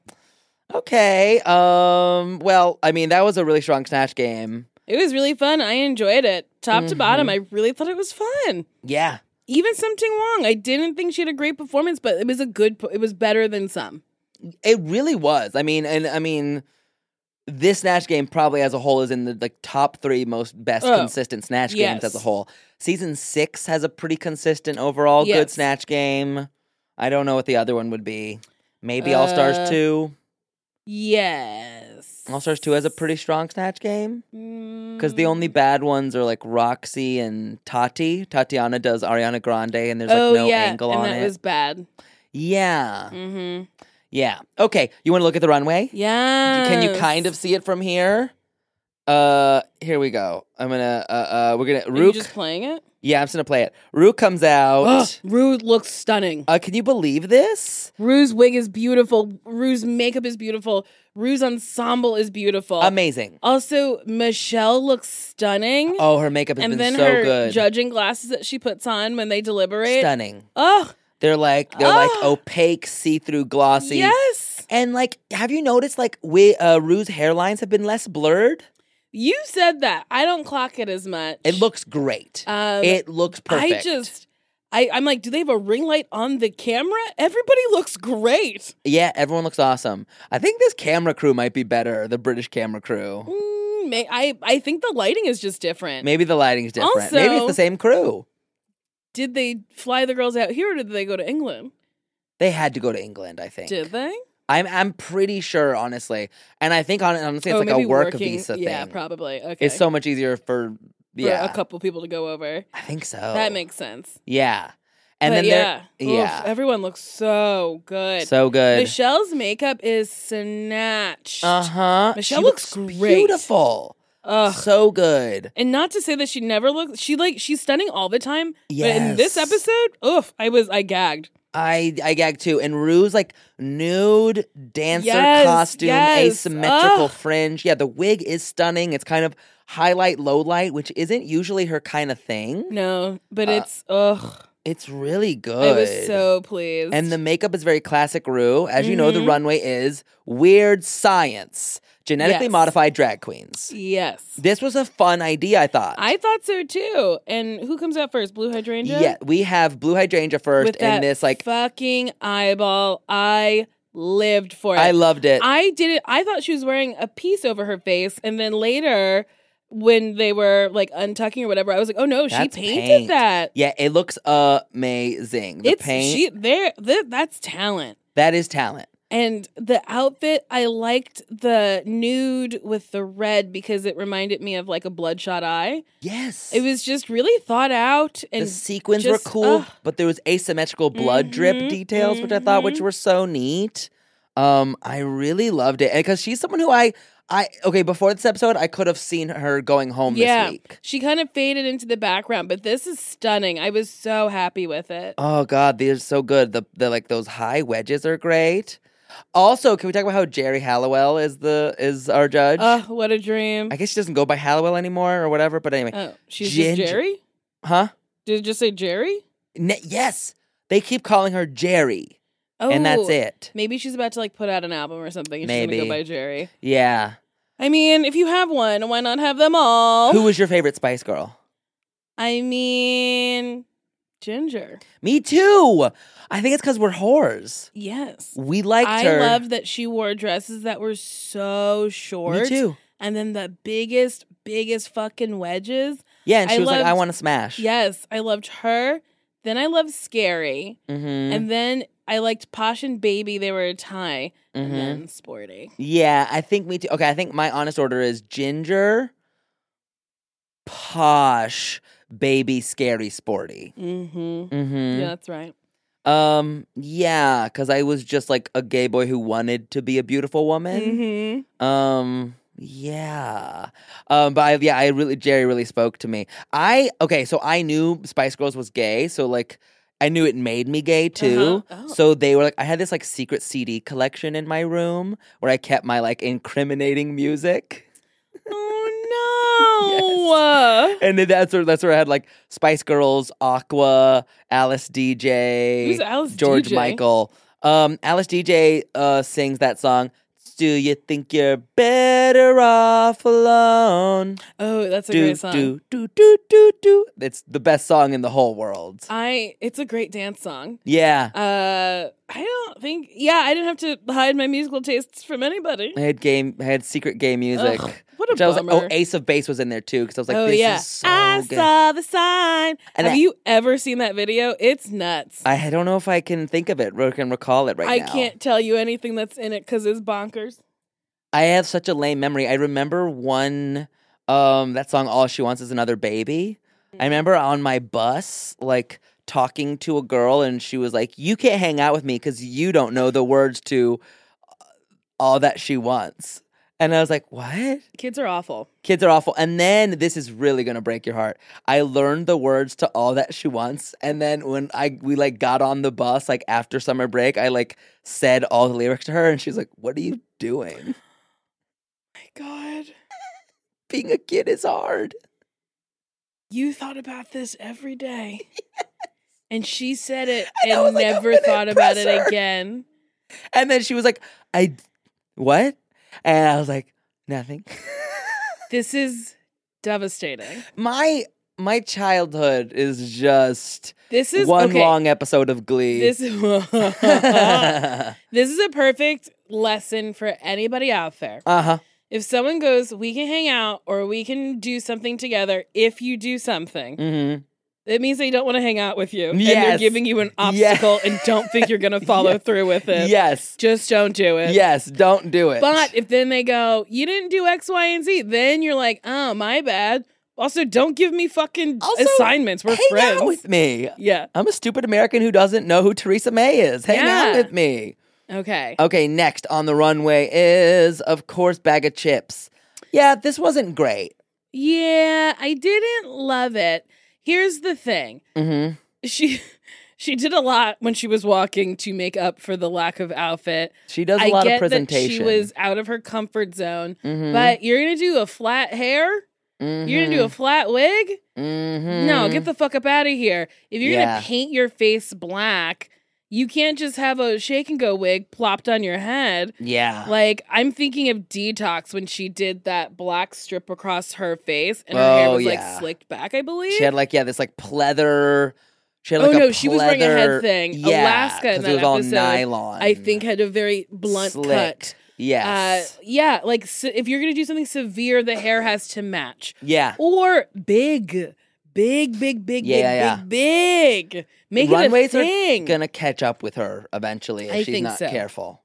S2: Okay. Um. Well, I mean, that was a really strong snatch game.
S3: It was really fun. I enjoyed it. Top to bottom,
S2: Mm-hmm.
S3: I really thought it was fun.
S2: Yeah.
S3: Even something wrong. I didn't think she had a great performance, but it was a good. po- It was better than some.
S2: It really was. I mean, and I mean, this snatch game probably as a whole is in the like top three most best
S3: Oh,
S2: consistent snatch games as a
S3: yes.
S2: whole. Season six has a pretty consistent overall good
S3: Yes.
S2: snatch game. I don't know what the other one would be. Maybe All
S3: Uh,
S2: Stars two.
S3: Yes.
S2: All Stars two has a pretty strong snatch game because
S3: Because
S2: the only bad ones are like Roxy and Tati. Tatiana does Ariana Grande, and there's like
S3: oh
S2: no
S3: yeah,
S2: angle
S3: and
S2: on
S3: that
S2: it.
S3: was bad.
S2: Yeah,
S3: Mm-hmm.
S2: yeah. Okay, you want to look at the runway?
S3: Yeah.
S2: Can you kind of see it from here? Uh, here we go. I'm gonna. Uh, uh we're gonna.
S3: Are you
S2: Rook.
S3: just playing it?
S2: Yeah, I'm just gonna play it. Rook comes
S3: Ugh,
S2: out.
S3: Rue looks stunning.
S2: uh, can you believe this?
S3: Rue's wig is beautiful. Rue's makeup is beautiful. Rue's ensemble is beautiful.
S2: Amazing.
S3: Also, Michelle looks stunning.
S2: Oh, her makeup has
S3: and
S2: been
S3: then
S2: so
S3: her
S2: good.
S3: judging glasses that she puts on when they deliberate.
S2: Stunning.
S3: Oh,
S2: They're like they're like
S3: Ah.
S2: opaque, see-through, glossy.
S3: yes.
S2: And like, have you noticed like we uh, Rue's hairlines have been less blurred?
S3: You said that. I don't clock it as much.
S2: It looks great.
S3: Um,
S2: it looks perfect.
S3: I just, I, I'm like, do they have a ring light on the camera? Everybody looks great.
S2: yeah, everyone looks awesome. I think this camera crew might be better. The British camera crew.
S3: Mm, may, I, I think the lighting is just different.
S2: Maybe the lighting's different. Maybe it's
S3: Also-
S2: the same crew.
S3: Did they fly the girls out here or did they go to England?
S2: They had to go to England, I think.
S3: Did they?
S2: I'm I'm pretty sure, honestly. And I think on honestly, it's
S3: Oh,
S2: like a
S3: maybe
S2: work
S3: working-
S2: visa thing.
S3: Yeah, probably. Okay.
S2: It's so much easier for
S3: For
S2: yeah.
S3: a couple people to go over.
S2: I think so.
S3: That makes sense.
S2: yeah. And
S3: But
S2: then
S3: yeah,
S2: there,
S3: Oof,
S2: yeah,
S3: everyone looks so good.
S2: so good.
S3: Michelle's makeup is snatched.
S2: Uh huh.
S3: Michelle looks great.
S2: beautiful.
S3: Ugh.
S2: So good.
S3: And not to say that she never looks. She like she's stunning all the time. But in
S2: Yes.
S3: this episode, oof, I was I gagged.
S2: I I gagged too. And Rue's like nude dancer
S3: Yes,
S2: costume,
S3: yes.
S2: asymmetrical
S3: Ugh.
S2: fringe. Yeah, the wig is stunning. It's kind of highlight, low light, which isn't usually her kind of thing.
S3: No, but it's ugh.
S2: It's really Uh, good.
S3: I was so Mm-hmm. pleased.
S2: And the makeup is very classic Rue. As you know, the runway is weird science, genetically
S3: Yes.
S2: modified drag queens.
S3: yes,
S2: This was a fun idea, I thought.
S3: I thought so too. And who comes out first? Blue hydrangea.
S2: yeah, we have Blue Hydrangea first,
S3: With that
S2: and this like
S3: fucking eyeball. I lived for it.
S2: I loved it.
S3: I didn't. I thought she was wearing a piece over her face, and then later, when they were like untucking or whatever, I was like, "Oh no,
S2: That's
S3: she painted
S2: paint.
S3: that."
S2: yeah, it looks amazing. The
S3: it's
S2: paint
S3: she there. Th- that's talent.
S2: that is talent.
S3: And the outfit, I liked the nude with the red because it reminded me of like a bloodshot eye.
S2: Yes,
S3: It was just really thought out and
S2: the sequins
S3: just-
S2: were cool,
S3: ugh.
S2: but there was asymmetrical blood drip
S3: Mhm,
S2: details, which I thought which
S3: mhm.
S2: were so neat. Um, I really loved it because she's someone who I I okay before this episode I could have seen her going home
S3: Yeah.
S2: this week.
S3: she kind of faded into the background, but this is stunning. I was so happy with it.
S2: Oh God, these are so good. The the like those high wedges are great. Also, can we talk about how Jerry Halliwell is the is our judge?
S3: Oh, what a dream.
S2: I guess she doesn't go by Halliwell anymore or whatever. But anyway,
S3: oh, she's
S2: Ginger-
S3: just Jerry?
S2: huh?
S3: Did it just say Jerry?
S2: Ne- yes, they keep calling her Jerry,
S3: Oh,
S2: and that's it.
S3: Maybe she's about to like put out an album or something. And She's
S2: Maybe.
S3: gonna go by Jerry.
S2: Yeah.
S3: I mean, if you have one, why not have them all?
S2: Who was your favorite Spice Girl?
S3: I mean, Ginger.
S2: Me too. I think it's because we're whores.
S3: Yes.
S2: We liked
S3: I
S2: her.
S3: loved that she wore dresses that were so short.
S2: Me too.
S3: And then the biggest, biggest fucking wedges.
S2: Yeah, and
S3: I
S2: she was like, "I
S3: loved-
S2: want to smash."
S3: Yes, I loved her. Then I loved Scary.
S2: Mm-hmm.
S3: And then I liked Posh and Baby. They were a tie.
S2: Mhm.
S3: And then Sporty.
S2: Yeah, I think me too. Okay, I think my honest order is ginger, posh, baby, scary, sporty.
S3: Mm-hmm.
S2: Mm-hmm.
S3: Yeah, that's right.
S2: Um. Yeah, because I was just like a gay boy who wanted to be a beautiful woman.
S3: Mm-hmm.
S2: Um. Yeah. Um. But I, yeah, I really Jerry really spoke to me. I okay. So I knew Spice Girls was gay. So like. I knew it made me gay too.
S3: Uh-huh. Oh.
S2: So they were like, I had this like secret CD collection in my room where I kept my like incriminating music.
S3: Oh, no.
S2: And then that's where that's where I had like Spice Girls, Aqua, Alice DJ,
S3: Who's Alice
S2: George
S3: DJ?
S2: Michael. Um, Alice DJ uh, sings that song. Do you think you're better off alone?
S3: Oh, that's a
S2: Do
S3: great song.
S2: do do do do do. It's the best song in the whole world.
S3: I it's a great dance song.
S2: yeah,
S3: Uh I don't think yeah, I didn't have to hide my musical tastes from anybody.
S2: I had game. I had secret gay music.
S3: Ugh, what a
S2: which I was like,
S3: bummer.
S2: oh, Ace of Base was in there too because I was like,
S3: oh
S2: this
S3: yeah.
S2: is so
S3: I
S2: good.
S3: saw the sign.
S2: And
S3: have
S2: I-
S3: you ever seen that video? It's nuts. I,
S2: I don't know if I can think of it or can recall it right now.
S3: can't tell you anything that's in it cuz it's bonkers.
S2: I have such a lame memory. I remember one um that song All She Wants is Another Baby. I remember on my bus like talking to a girl and she was like, "You can't hang out with me cuz you don't know the words to uh, All That She Wants." And I was like, "What?"
S3: Kids are awful.
S2: Kids are awful. And then this is really going to break your heart. I learned the words to All That She Wants and then when I we like got on the bus like after summer break, I like said all the lyrics to her and she's like, "What are you doing?"
S3: My god.
S2: being a kid is hard.
S3: You thought about this every day. And she said it
S2: And I
S3: and,
S2: was like, I'm
S3: never
S2: gonna
S3: thought about
S2: impress her.
S3: it again.
S2: And then she was like, I, what? And I was like, nothing.
S3: This is devastating.
S2: my my childhood is just
S3: This is
S2: one
S3: okay,
S2: long episode of Glee.
S3: This this
S2: uh
S3: is a perfect lesson for anybody out there.
S2: huh.
S3: If someone goes, "We can hang out or we can do something together," if you do something,
S2: hmm
S3: it means they don't want to hang out with you, and
S2: Yes.
S3: they're giving you an
S2: Yeah.
S3: obstacle and don't think you're going to follow
S2: Yes.
S3: through with it.
S2: Yes.
S3: Just don't do it.
S2: Yes. Don't do it.
S3: But if then they go, "You didn't do X, Y, and Z," then you're like, "Oh, my bad." Also, don't give me fucking
S2: Also,
S3: assignments. We're
S2: hang
S3: friends.
S2: out with me.
S3: yeah.
S2: I'm a stupid American who doesn't know who Theresa May is. Hang out
S3: Yeah.
S2: with me.
S3: Okay.
S2: Okay, next on the runway is, of course, Bag of Chips. Yeah, this wasn't great.
S3: Yeah, I didn't love it. Here's the thing.
S2: Mm-hmm.
S3: She she did a lot when she was walking to make up for the lack of outfit.
S2: She does a
S3: I
S2: lot
S3: get
S2: of presentation.
S3: that she was out of her comfort zone,
S2: Mhm.
S3: but you're going to do a flat hair? You're gonna do a flat wig?
S2: Mm-hmm.
S3: No, get the fuck up out of here. If you're
S2: Yeah.
S3: gonna paint your face black, you can't just have a shake and go wig plopped on your head.
S2: yeah.
S3: Like I'm thinking of Detox when she did that black strip across her face and her hair
S2: Oh,
S3: was
S2: yeah.
S3: like slicked back, I believe.
S2: She had like yeah, this like pleather. She had
S3: Oh,
S2: like a
S3: no, she was wearing a head
S2: pleather-
S3: thing.
S2: Yeah,
S3: Alaska in
S2: 'cause
S3: that
S2: it was all
S3: episode,
S2: nylon.
S3: I think had a very blunt
S2: Slick.
S3: cut.
S2: Yes.
S3: Uh, yeah, like se- if you're gonna do something severe, the hair has to match.
S2: yeah.
S3: Or big, big, big, big,
S2: Yeah, yeah,
S3: big, big, big. Make
S2: Runways
S3: it a thing.
S2: are gonna catch up with her eventually if
S3: I
S2: she's
S3: think
S2: not
S3: so.
S2: careful.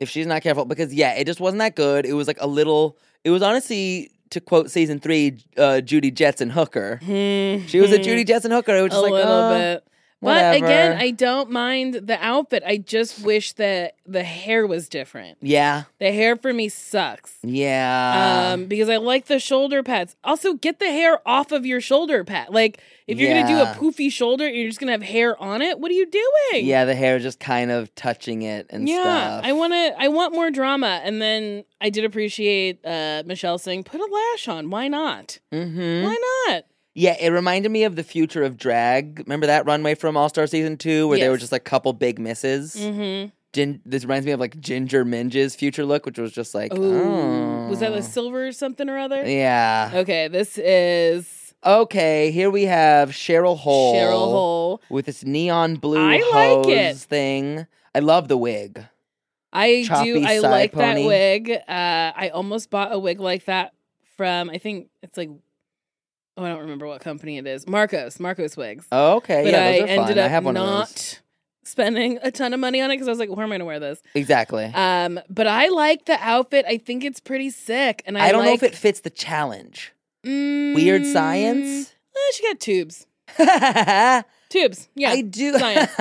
S2: If she's not careful, because yeah, it just wasn't that good. It was like a little. It was honestly, to quote season three, uh, Judy Jetson Hooker. She was a Judy Jetson Hooker. It was
S3: Hmm, a
S2: just like
S3: little
S2: oh,
S3: bit. But again,
S2: whatever.
S3: I don't mind the outfit. I just wish that the hair was different.
S2: Yeah,
S3: The hair for me sucks.
S2: yeah.
S3: Um, because I like the shoulder pads. Also, get the hair off of your shoulder pad. Like, if you're
S2: Yeah.
S3: gonna do a poofy shoulder and you're just gonna have hair on it, what are you doing?
S2: Yeah, the hair just kind of touching it and
S3: Yeah,
S2: stuff.
S3: I want to. I want more drama, and then I did appreciate uh, Michelle saying, "Put a lash on. Why not?
S2: Mm-hmm.
S3: Why not?"
S2: Yeah, it reminded me of the future of drag. Remember that runway from All Star Season Two, where there were
S3: Yes.
S2: just a couple big misses.
S3: Mm-hmm.
S2: Gin- this reminds me of like Ginger Minge's future look, which was just like,
S3: Ooh, was that
S2: oh.
S3: a silver something or other?
S2: Yeah.
S3: Okay, this is
S2: Okay, here we have Cheryl Hole.
S3: Oh. Cheryl Hole.
S2: with this neon blue
S3: I
S2: hose
S3: like it.
S2: thing. I love the wig.
S3: I
S2: Choppy
S3: do. I
S2: side
S3: like
S2: pony.
S3: that wig. Uh, I almost bought a wig like that from. I think it's like. Oh, I don't remember what company it is. Marcos. Marcos wigs.
S2: Oh, okay,
S3: but
S2: yeah,
S3: I
S2: those are
S3: ended
S2: fun. I
S3: up
S2: have one of those.
S3: not spending a ton of money on it because I was like, where am I going to wear this?
S2: Exactly.
S3: Um, but I like the outfit. I think it's pretty sick. And I,
S2: I don't know if
S3: like-
S2: it fits the challenge.
S3: Mm,
S2: Weird science.
S3: eh, she got tubes. Mm. Tubes. Yeah.
S2: I do.
S3: Science.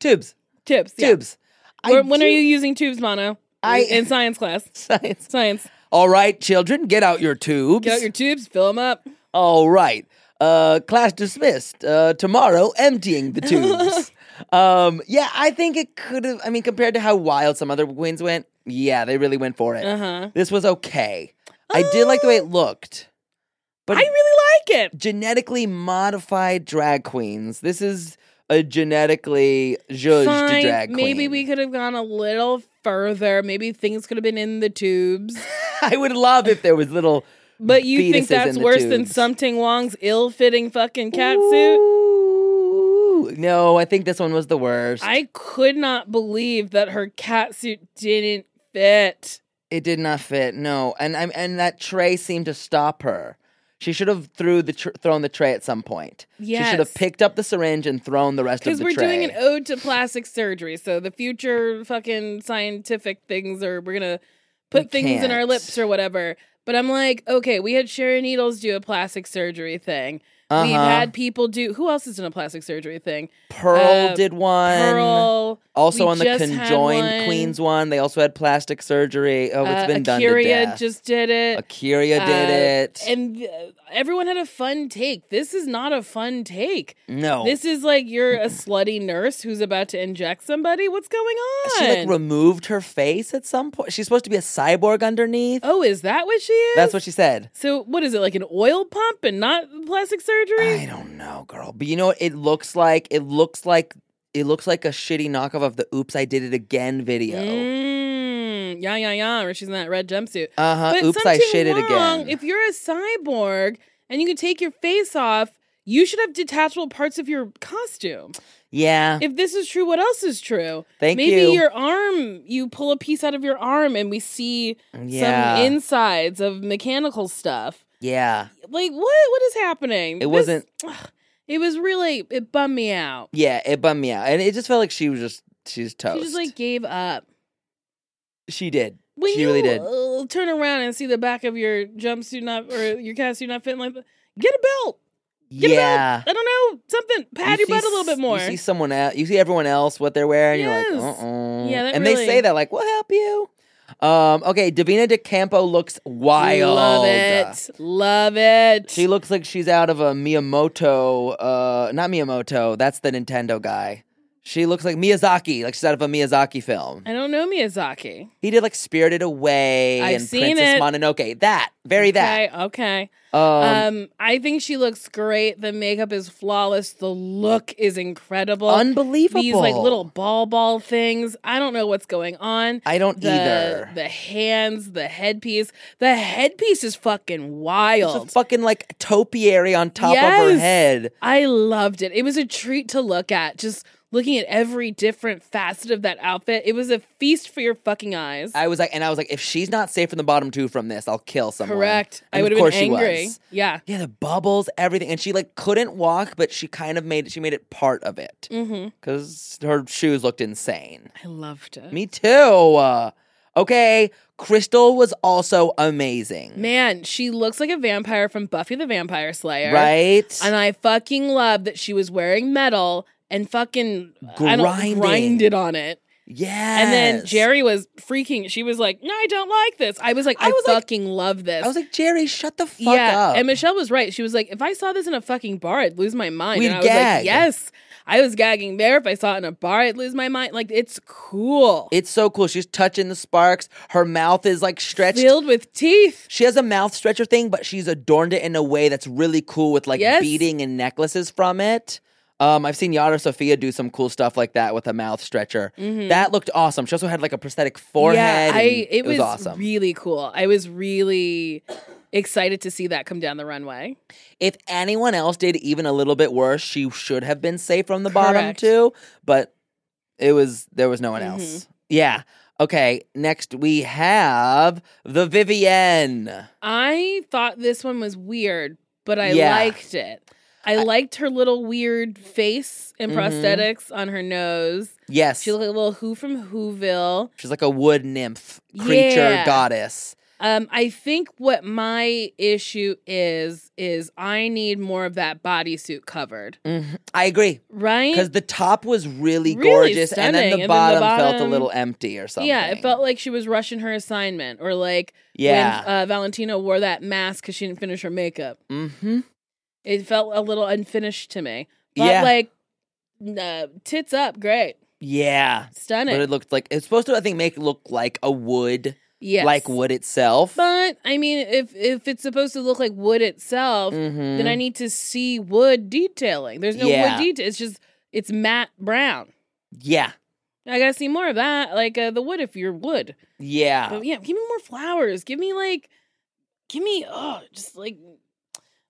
S3: Tubes.
S2: tubes.
S3: Tubes. yeah.
S2: Tubes. I
S3: When, when
S2: do-
S3: are you using tubes, Mono?
S2: I-
S3: in science class.
S2: Science.
S3: Science.
S2: All right, children, get out your tubes.
S3: Get out your tubes. Fill them up.
S2: All right. Uh, class dismissed. Uh, tomorrow, emptying the tubes. um, yeah, I think it could have. I mean, compared to how wild some other wins went, yeah, they really went for it.
S3: Uh huh.
S2: This was okay. I did like the way it looked, but
S3: Oh. I really like it.
S2: genetically modified drag queens. This is a genetically judged
S3: Fine.
S2: drag queen.
S3: Maybe we could have gone a little further. Maybe things could have been in the tubes.
S2: I would love if there was little.
S3: But you
S2: fetuses
S3: think that's
S2: in the
S3: worse than
S2: tubes.
S3: something Wong's ill-fitting fucking catsuit?
S2: Ooh. No, I think this one was the worst.
S3: I could not believe that her catsuit didn't fit.
S2: It did not fit. No, and I'm and that tray seemed to stop her. She should have threw the tr- thrown the tray at some point. She should have
S3: Yes.
S2: picked up the syringe and thrown the rest of
S3: Because
S2: the
S3: we're
S2: tray.
S3: doing an ode to plastic surgery, so the future fucking scientific things are we're gonna put
S2: We
S3: things in our
S2: can't.
S3: lips or whatever. But I'm like, okay, we had Sharon Needles do a plastic surgery thing.
S2: Uh-huh.
S3: We've had people do who else has done a plastic surgery thing?
S2: Pearl
S3: uh,
S2: did one.
S3: Pearl.
S2: also
S3: We
S2: on the
S3: just had
S2: conjoined
S3: one.
S2: queens one, they also had plastic surgery. Oh, it's
S3: uh,
S2: been done to
S3: Akira
S2: death.
S3: just did it.
S2: Akira did
S3: Uh,
S2: it.
S3: And uh, everyone had a fun take. This is not a fun take.
S2: no,
S3: This is like you're a slutty nurse who's about to inject somebody. What's going on?
S2: she like removed her face at some point. She's supposed to be a cyborg underneath.
S3: oh, is that what she is?
S2: That's what she said.
S3: So what is it like an oil pump and not plastic surgery?
S2: I don't know, girl. But you know what it looks like? It looks like it looks like a shitty knockoff of the "Oops, I Did It Again" video.
S3: Mm, yeah, yeah, yeah. Where she's in that red jumpsuit.
S2: Uh huh.
S3: But
S2: Oops, I
S3: something
S2: shit it
S3: wrong,
S2: again.
S3: If you're a cyborg and you can take your face off, you should have detachable parts of your costume.
S2: yeah.
S3: If this is true, what else is true?
S2: Thank
S3: Maybe
S2: you.
S3: your arm, you pull a piece out of your arm and we see
S2: Yeah.
S3: some insides of mechanical stuff.
S2: yeah.
S3: Like what what is happening?
S2: It wasn't-
S3: it was really it bummed me out.
S2: Yeah. It bummed me out, and it just felt like she was just she's toast.
S3: She just like gave up.
S2: she did.
S3: When
S2: she
S3: you
S2: really did.
S3: uh, turn around and see the back of your jumpsuit not or your catsuit not fitting like that, get a belt. Get
S2: yeah.
S3: a belt. I don't know something. Pad
S2: You
S3: your butt
S2: see
S3: a little
S2: s-
S3: bit more.
S2: You see someone else. You see everyone else what they're wearing. You're like,
S3: Yes.
S2: uh-uh.
S3: Yeah, that
S2: and they
S3: really-
S2: say that like, "We'll help you." Um. Okay. Davina DeCampo looks wild.
S3: Love it. Love it.
S2: She looks like she's out of a Miyamoto. Uh, not Miyamoto. That's the Nintendo guy. She looks like Miyazaki, like she's out of a Miyazaki film.
S3: I don't know Miyazaki.
S2: He did like Spirited Away
S3: I've
S2: and
S3: seen
S2: Princess
S3: it.
S2: Mononoke. That, very
S3: Okay,
S2: that.
S3: okay.
S2: Um,
S3: Um, I think she looks great. The makeup is flawless. The look is incredible.
S2: unbelievable.
S3: These like little ball ball things. I don't know what's going on.
S2: I don't
S3: the,
S2: either.
S3: The hands, the headpiece. The headpiece is fucking wild.
S2: It's a fucking like topiary on top of her
S3: Yes.
S2: head.
S3: I loved it. It was a treat to look at. Just looking at every different facet of that outfit. It was a feast for your fucking eyes.
S2: I was like, and I was like, if she's not safe from the bottom two from this, I'll kill someone.
S3: Correct. I
S2: And
S3: would
S2: of
S3: have been
S2: course she
S3: angry.
S2: was.
S3: Yeah.
S2: Yeah, the bubbles, everything, and she like couldn't walk, but she kind of made it. She made it part of it
S3: Mm-hmm.
S2: because her shoes looked insane.
S3: I loved it.
S2: Me too. Uh, okay, Crystal was also amazing,
S3: Man, she looks like a vampire from Buffy the Vampire Slayer.
S2: right?
S3: And I fucking love that she was wearing metal and fucking I
S2: Grinding.
S3: don't, grinded on it.
S2: yes.
S3: And then Jerry was freaking. She was like, "No, I don't like this." I was like, "I,
S2: I was like-
S3: fucking love this."
S2: I was like, Jerry, shut the fuck
S3: yeah,
S2: up.
S3: and Michelle was right. She was like, "If I saw this in a fucking bar, I'd lose my mind."
S2: We'd
S3: and I was
S2: gag.
S3: like, "Yes, I was gagging there. If I saw it in a bar, I'd lose my mind. Like, it's cool.
S2: it's so cool. She's touching the sparks. Her mouth is like stretched
S3: filled with teeth.
S2: She has a mouth stretcher thing, but she's adorned it in a way that's really cool with like
S3: Yes.
S2: beading and necklaces from it. Um, I've seen Yara Sophia do some cool stuff like that with a mouth stretcher. That looked awesome. She also had like a prosthetic forehead.
S3: Mm-hmm. Yeah, I,
S2: and
S3: it, was,
S2: awesome.
S3: really cool. I was really excited to see that come down the runway.
S2: if anyone else did even a little bit worse, she should have been safe from the bottom
S3: Correct.
S2: too. But it was there was no one
S3: Mhm.
S2: else. Yeah. Okay. Next we have the Vivienne.
S3: I thought this one was weird, but I
S2: Yeah.
S3: liked it. I, liked her little weird face and
S2: Mhm.
S3: prosthetics on her nose.
S2: Yes.
S3: She looked like a little Who from Whoville.
S2: she's like a wood nymph, creature,
S3: Yeah.
S2: goddess.
S3: Um, I think what my issue is is I need more of that bodysuit covered,
S2: Mhm. I agree
S3: right?
S2: because the top was really,
S3: Really
S2: gorgeous, and then
S3: stunning,
S2: the
S3: and then
S2: bottom
S3: the
S2: felt a
S3: bottom-
S2: little empty or something.
S3: Yeah, it felt like she was rushing her assignment, or like
S2: yeah.
S3: when uh, Valentina wore that mask because she didn't finish her makeup.
S2: hmm
S3: It felt a little unfinished to me. But
S2: Yeah.
S3: like, uh, tits up, great,
S2: Yeah,
S3: stunning.
S2: but it looked like it's supposed to. I think make it look like a wood,
S3: yes.
S2: like wood itself.
S3: But I mean, if if it's supposed to look like wood itself,
S2: Mhm.
S3: then I need to see wood detailing. There's no
S2: Yeah.
S3: wood detail. It's just it's matte brown.
S2: yeah,
S3: I gotta see more of that, like uh, the wood if you're wood.
S2: yeah.
S3: But yeah, give me more flowers. Give me like, give me oh, just like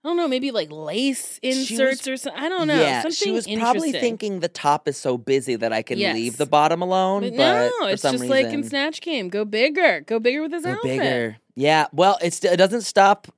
S3: I don't know, maybe like lace
S2: was-
S3: inserts or something. I don't know.
S2: yeah,
S3: something
S2: she was probably
S3: interesting.
S2: thinking the top is so busy that I can
S3: Yes.
S2: leave the bottom alone.
S3: But
S2: But,
S3: no,
S2: for
S3: it's
S2: some
S3: just like in
S2: reason-
S3: Snatch Game. Go bigger. Go bigger with his
S2: Go
S3: outfit.
S2: bigger. Yeah. Well, it's, it doesn't stop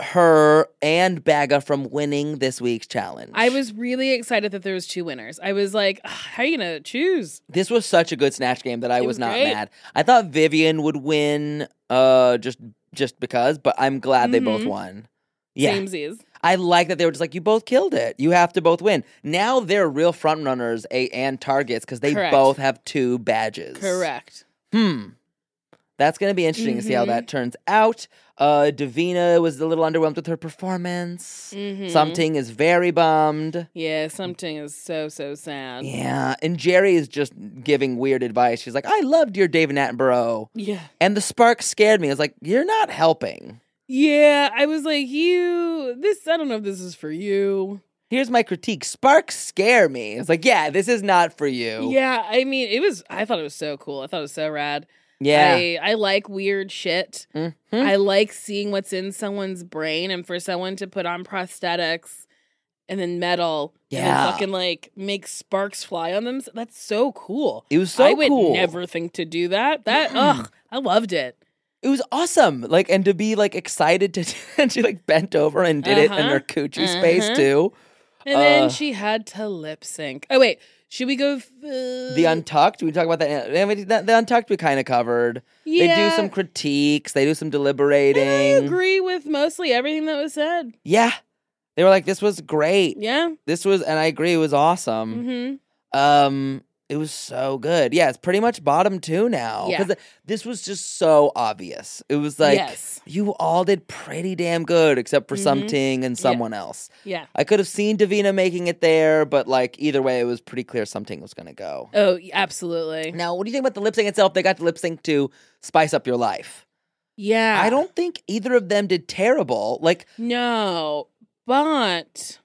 S2: her and Baga from winning this week's challenge.
S3: I was really excited that there was two winners. I was like, "Ugh, how are you gonna choose?
S2: this was such a good snatch game that I
S3: It
S2: was,
S3: was
S2: not
S3: great.
S2: mad. I thought Vivian would win uh just just because, but I'm glad they both
S3: Mhm.
S2: won. Yeah.
S3: Samesies.
S2: I like that they were just like you both killed it. You have to both win. Now they're real front runners a, and targets cuz they
S3: Correct.
S2: both have two badges.
S3: Correct.
S2: Hmm. That's going to be interesting to see how that
S3: Mm-hmm.
S2: turns out. Uh Davina was a little underwhelmed with her performance.
S3: Mhm.
S2: Something is very bummed.
S3: Yeah, something is so so sad.
S2: Mm. Yeah, and Jerry is just giving weird advice. She's like, "I loved your David Attenborough."
S3: Yeah.
S2: And the spark scared me. I was like, you're not helping.
S3: Yeah, I was like, you, this, I don't know if this is for you.
S2: Here's my critique. Sparks scare me. It's like, yeah, this is not for you.
S3: Yeah, I mean, it was, I thought it was so cool. I thought it was so rad.
S2: Yeah.
S3: I, I like weird shit.
S2: Mhm.
S3: I like seeing what's in someone's brain and for someone to put on prosthetics and then metal and
S2: Yeah.
S3: then fucking like make sparks fly on them. That's so cool.
S2: It was so
S3: I would
S2: cool.
S3: never think to do that. That, ugh, I loved it.
S2: It was awesome. Like, and to be like excited to, and she like bent over and did it in
S3: Uh-huh.
S2: her coochie space
S3: Uh-huh.
S2: too.
S3: And then
S2: Uh.
S3: she had to lip sync. Oh, wait, should we go? uh,
S2: The untucked, we talk about that. I mean, The, the untucked we kind of covered. They do some critiques. They do some deliberating.
S3: And I agree with mostly everything that was said.
S2: Yeah. They were like, this was great.
S3: Yeah.
S2: Mm. This was, and I agree, it was awesome.
S3: Mm-hmm.
S2: Um, It was so good. Yeah, it's pretty much bottom two now.
S3: Yeah.
S2: Because this was just so obvious. It was like
S3: Yes. Mm-hmm.
S2: you all did pretty damn good, except for something and someone else.
S3: Yeah.
S2: I could have seen Davina making it there, but like either way, it was pretty clear something was gonna go.
S3: Oh, absolutely.
S2: Now, what do you think about the lip sync itself? They got the lip sync to "Spice Up Your Life."
S3: Yeah.
S2: I don't think either of them did terrible. Like,
S3: No, but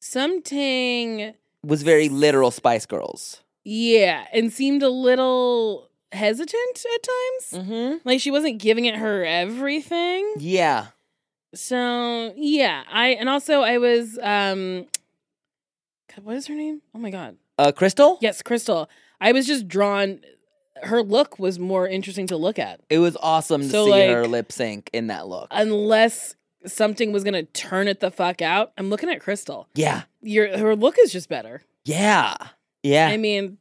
S3: something,
S2: was very literal Spice Girls.
S3: yeah, and seemed a little hesitant at times.
S2: Mm-hmm.
S3: Like she wasn't giving it her everything.
S2: Yeah,
S3: So yeah, I and also I was um, God, what is her name? Oh my god,
S2: uh, Crystal.
S3: yes, Crystal. I was just drawn. Her look was more interesting to look at,
S2: It was awesome to
S3: So,
S2: see her
S3: like-
S2: lip sync in that look.
S3: unless something was gonna turn it the fuck out. I'm looking at Crystal.
S2: yeah,
S3: Your her look is just better.
S2: yeah, yeah.
S3: I mean,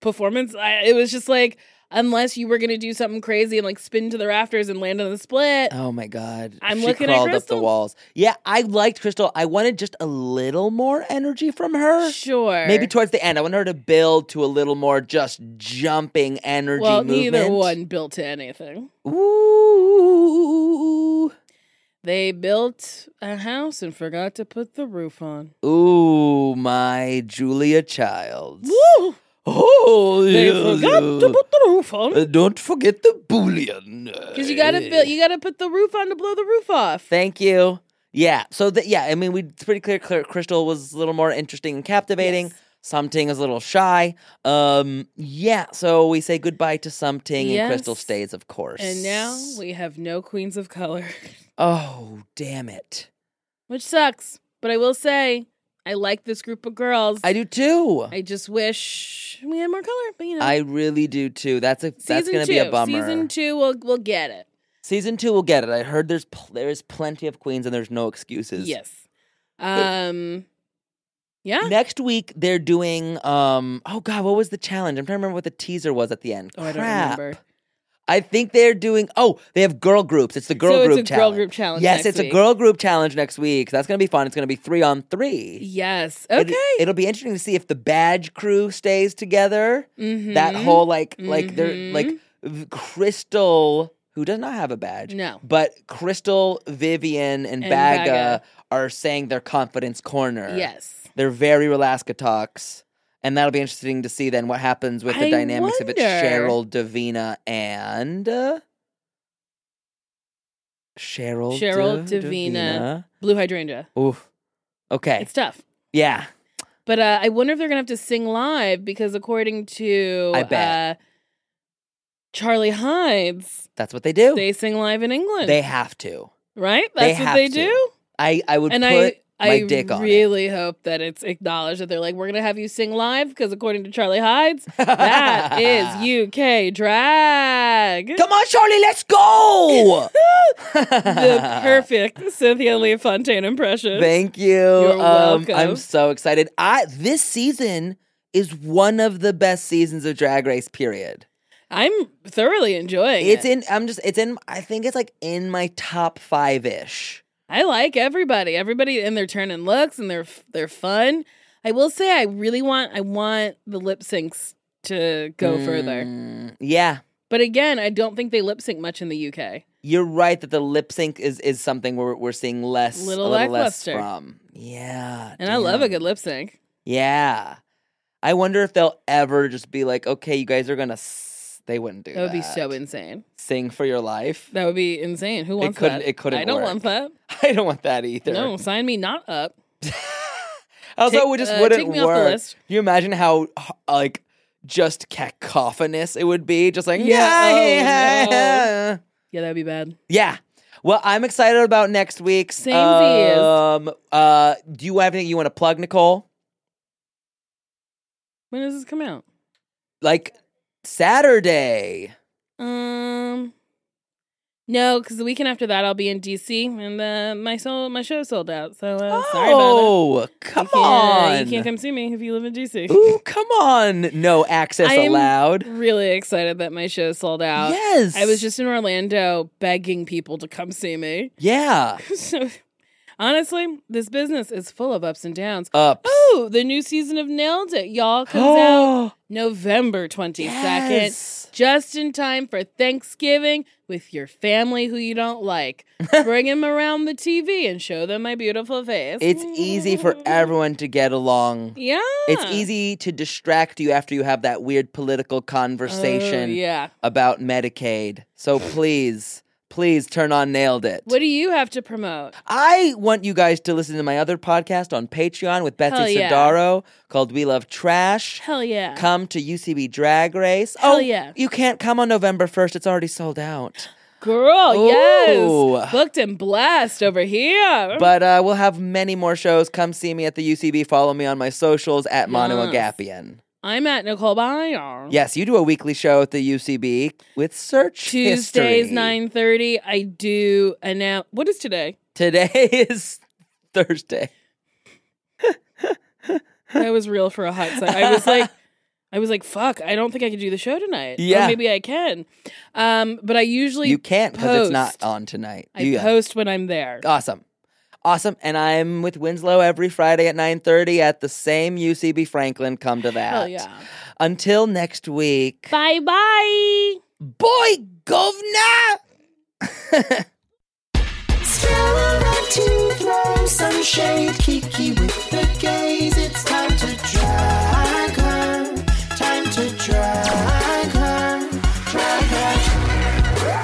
S3: performance. I, it was just like unless you were gonna do something crazy and like spin to the rafters and land on the split.
S2: oh my god,
S3: I'm
S2: she
S3: looking at
S2: crawled up the
S3: Crystal.
S2: walls. Yeah, I liked Crystal. I wanted just a little more energy from her.
S3: sure,
S2: Uh, Maybe towards the end, I wanted her to build to a little more just jumping energy.
S3: well,
S2: movement.
S3: neither one built to anything.
S2: Ooh,
S3: They built a house and forgot to put the roof on.
S2: ooh, my Julia Childs.
S3: Woo!
S2: Oh,
S3: They
S2: yeah,
S3: forgot to
S2: yeah.
S3: put the roof on
S2: Uh, don't forget the bullion.
S3: because you gotta build. You gotta put the roof on to blow the roof off.
S2: Thank you. Yeah. So that yeah, I mean, we it's pretty clear, clear. Crystal was a little more interesting and captivating.
S3: Yes.
S2: Something is a little shy. Um. Yeah. So we say goodbye to something, and Crystal
S3: Yes.
S2: stays, of course.
S3: And now we have no queens of color,
S2: Oh damn it!
S3: which sucks. But I will say, I like this group of girls.
S2: I do too. I,
S3: I just wish we had more color, but you know,
S2: really do too. That's a that's
S3: season
S2: gonna
S3: two,
S2: be a bummer.
S3: Season two, we'll we'll get it.
S2: Season two, we'll get it. I heard there's pl- there's plenty of queens, and there's no excuses.
S3: Yes. Um. Yeah.
S2: Next week they're doing um oh god, what was the challenge? I'm trying to remember what the teaser was at the end.
S3: Oh, I don't
S2: Crap.
S3: remember.
S2: I think they're doing oh, they have girl groups. It's the girl
S3: so
S2: group
S3: it's a
S2: challenge.
S3: girl group challenge.
S2: yes,
S3: next
S2: it's
S3: week.
S2: a girl group challenge next week. That's gonna be fun. It's gonna be three on three.
S3: Yes.
S2: It-
S3: Okay.
S2: It'll be interesting to see if the badge crew stays together. That
S3: Mhm.
S2: whole like like they're
S3: Mhm.
S2: like v- Crystal who does not have a badge.
S3: No.
S2: But Crystal, Vivian, and,
S3: And
S2: Baga,
S3: Bagga.
S2: are saying their confidence corner.
S3: Yes.
S2: They're very Relaska talks. And that'll be interesting to see then what happens with the
S3: I
S2: dynamics of if it's
S3: wonder.
S2: Cheryl, Davina, and uh, Cheryl,
S3: Cheryl,
S2: Da-
S3: Davina. Blue hydrangea.
S2: Davina. Oof. Okay.
S3: It's tough.
S2: yeah.
S3: But uh, I wonder if they're gonna have to sing live because according to
S2: I bet.
S3: Uh, Charlie Hides,
S2: That's what they do.
S3: they sing live in England.
S2: They have to.
S3: right?
S2: they
S3: That's
S2: have
S3: what they
S2: to.
S3: do.
S2: I I would
S3: and
S2: put
S3: I,
S2: my
S3: I
S2: dick on it.
S3: really hope that it's acknowledged that they're like, we're gonna have you sing live because according to Charlie Hides, that is UK drag.
S2: Come on, Charlie, let's go.
S3: the perfect Cynthia Lee Fontaine impression.
S2: Thank you. Um, I'm
S3: You're welcome.
S2: so excited. I this season is one of the best seasons of Drag Race. Period.
S3: I'm thoroughly enjoying
S2: It's
S3: it.
S2: in. I'm just. It's in. I think it's like in my top five ish.
S3: I like everybody. Everybody in their turn and looks, and they're they're fun. I will say, I really want I want the lip syncs to go
S2: Mm.
S3: further,
S2: Yeah,
S3: but again, I don't think they lip sync much in the UK.
S2: you're right that the lip sync is is something we're we're seeing less a
S3: Little
S2: little less
S3: lackluster.
S2: from. Yeah,
S3: And I love a
S2: damn.
S3: good lip sync.
S2: Yeah, I wonder if they'll ever just be like, okay, you guys are gonna. S-. They wouldn't do
S3: That would be
S2: that.
S3: so insane.
S2: Sing for your life.
S3: That would be insane. Who wants
S2: couldn't-
S3: that?
S2: it couldn't
S3: I don't
S2: work.
S3: want that.
S2: I don't want that either.
S3: No, sign me not up.
S2: Also,
S3: Take-
S2: it just
S3: uh,
S2: wouldn't
S3: take me off
S2: work.
S3: the list.
S2: Can you imagine how h- like just cacophonous it would be? Just like
S3: Yeah,
S2: yeah,
S3: oh,
S2: yeah,
S3: no.
S2: yeah."
S3: Yeah, that'd be bad.
S2: Yeah. Well, I'm excited about next week's.
S3: Samesies.
S2: Um, uh, do you have anything you want to plug, Nicole?
S3: When does this come out?
S2: Like Saturday.
S3: Um, no, because the weekend after that I'll be in DC, and uh, my soul, my show sold out. So uh, sorry about it.
S2: oh, come
S3: You can't- uh,
S2: on.
S3: you can't come see me if you live in DC.
S2: Ooh, come on. No access
S3: I am
S2: allowed.
S3: Really excited that my show sold out.
S2: Yes.
S3: I was just in Orlando begging people to come see me.
S2: Yeah.
S3: so Honestly, this business is full of ups and downs.
S2: Ups.
S3: Oh, the new season of Nailed It, y'all, comes out November 22nd,
S2: Yes.
S3: just in time for Thanksgiving with your family who you don't like. Bring them around the TV and show them my beautiful face. Mm,
S2: It's easy for everyone to get along.
S3: yeah.
S2: It's easy to distract you after you have that weird political conversation
S3: Oh, yeah.
S2: about Medicaid. So please, please turn on Nailed It.
S3: What do you have to promote?
S2: I want you guys to listen to my other podcast on Patreon with
S3: Hell
S2: Betsy
S3: yeah.
S2: Sodaro called We Love Trash.
S3: Hell yeah.
S2: Come to UCB Drag Race.
S3: Hell
S2: oh,
S3: yeah.
S2: You can't come on November 1st. It's already sold out.
S3: Girl,
S2: Ooh.
S3: yes. Booked and blessed over here.
S2: But uh, we'll have many more shows. Come see me at the UCB. Follow me on my socials at Mono
S3: Yes.
S2: Agapian.
S3: I'm at Nicole Byer.
S2: Yes, you do a weekly show at the UCB with Search
S3: Tuesdays
S2: History.
S3: nine thirty. I do announce. What is today?
S2: Today is Thursday.
S3: I was real for a hot second. I was like, I was like, fuck. I don't think I can do the show tonight. Or
S2: Yeah.
S3: maybe I can. Um, but I usually
S2: You can't because it's not
S3: post.
S2: on tonight.
S3: I
S2: You- Oh.
S3: post when I'm there.
S2: Awesome. Awesome. And I'm with Winslow every Friday at 9.30 at the same UCB Franklin. Come to that.
S3: Hell yeah.
S2: Until next week.
S3: Bye bye.
S2: Boy, governor!
S6: Still around to throw some shade, Kiki with the gaze. It's time to drag her, time to drag her, drag her.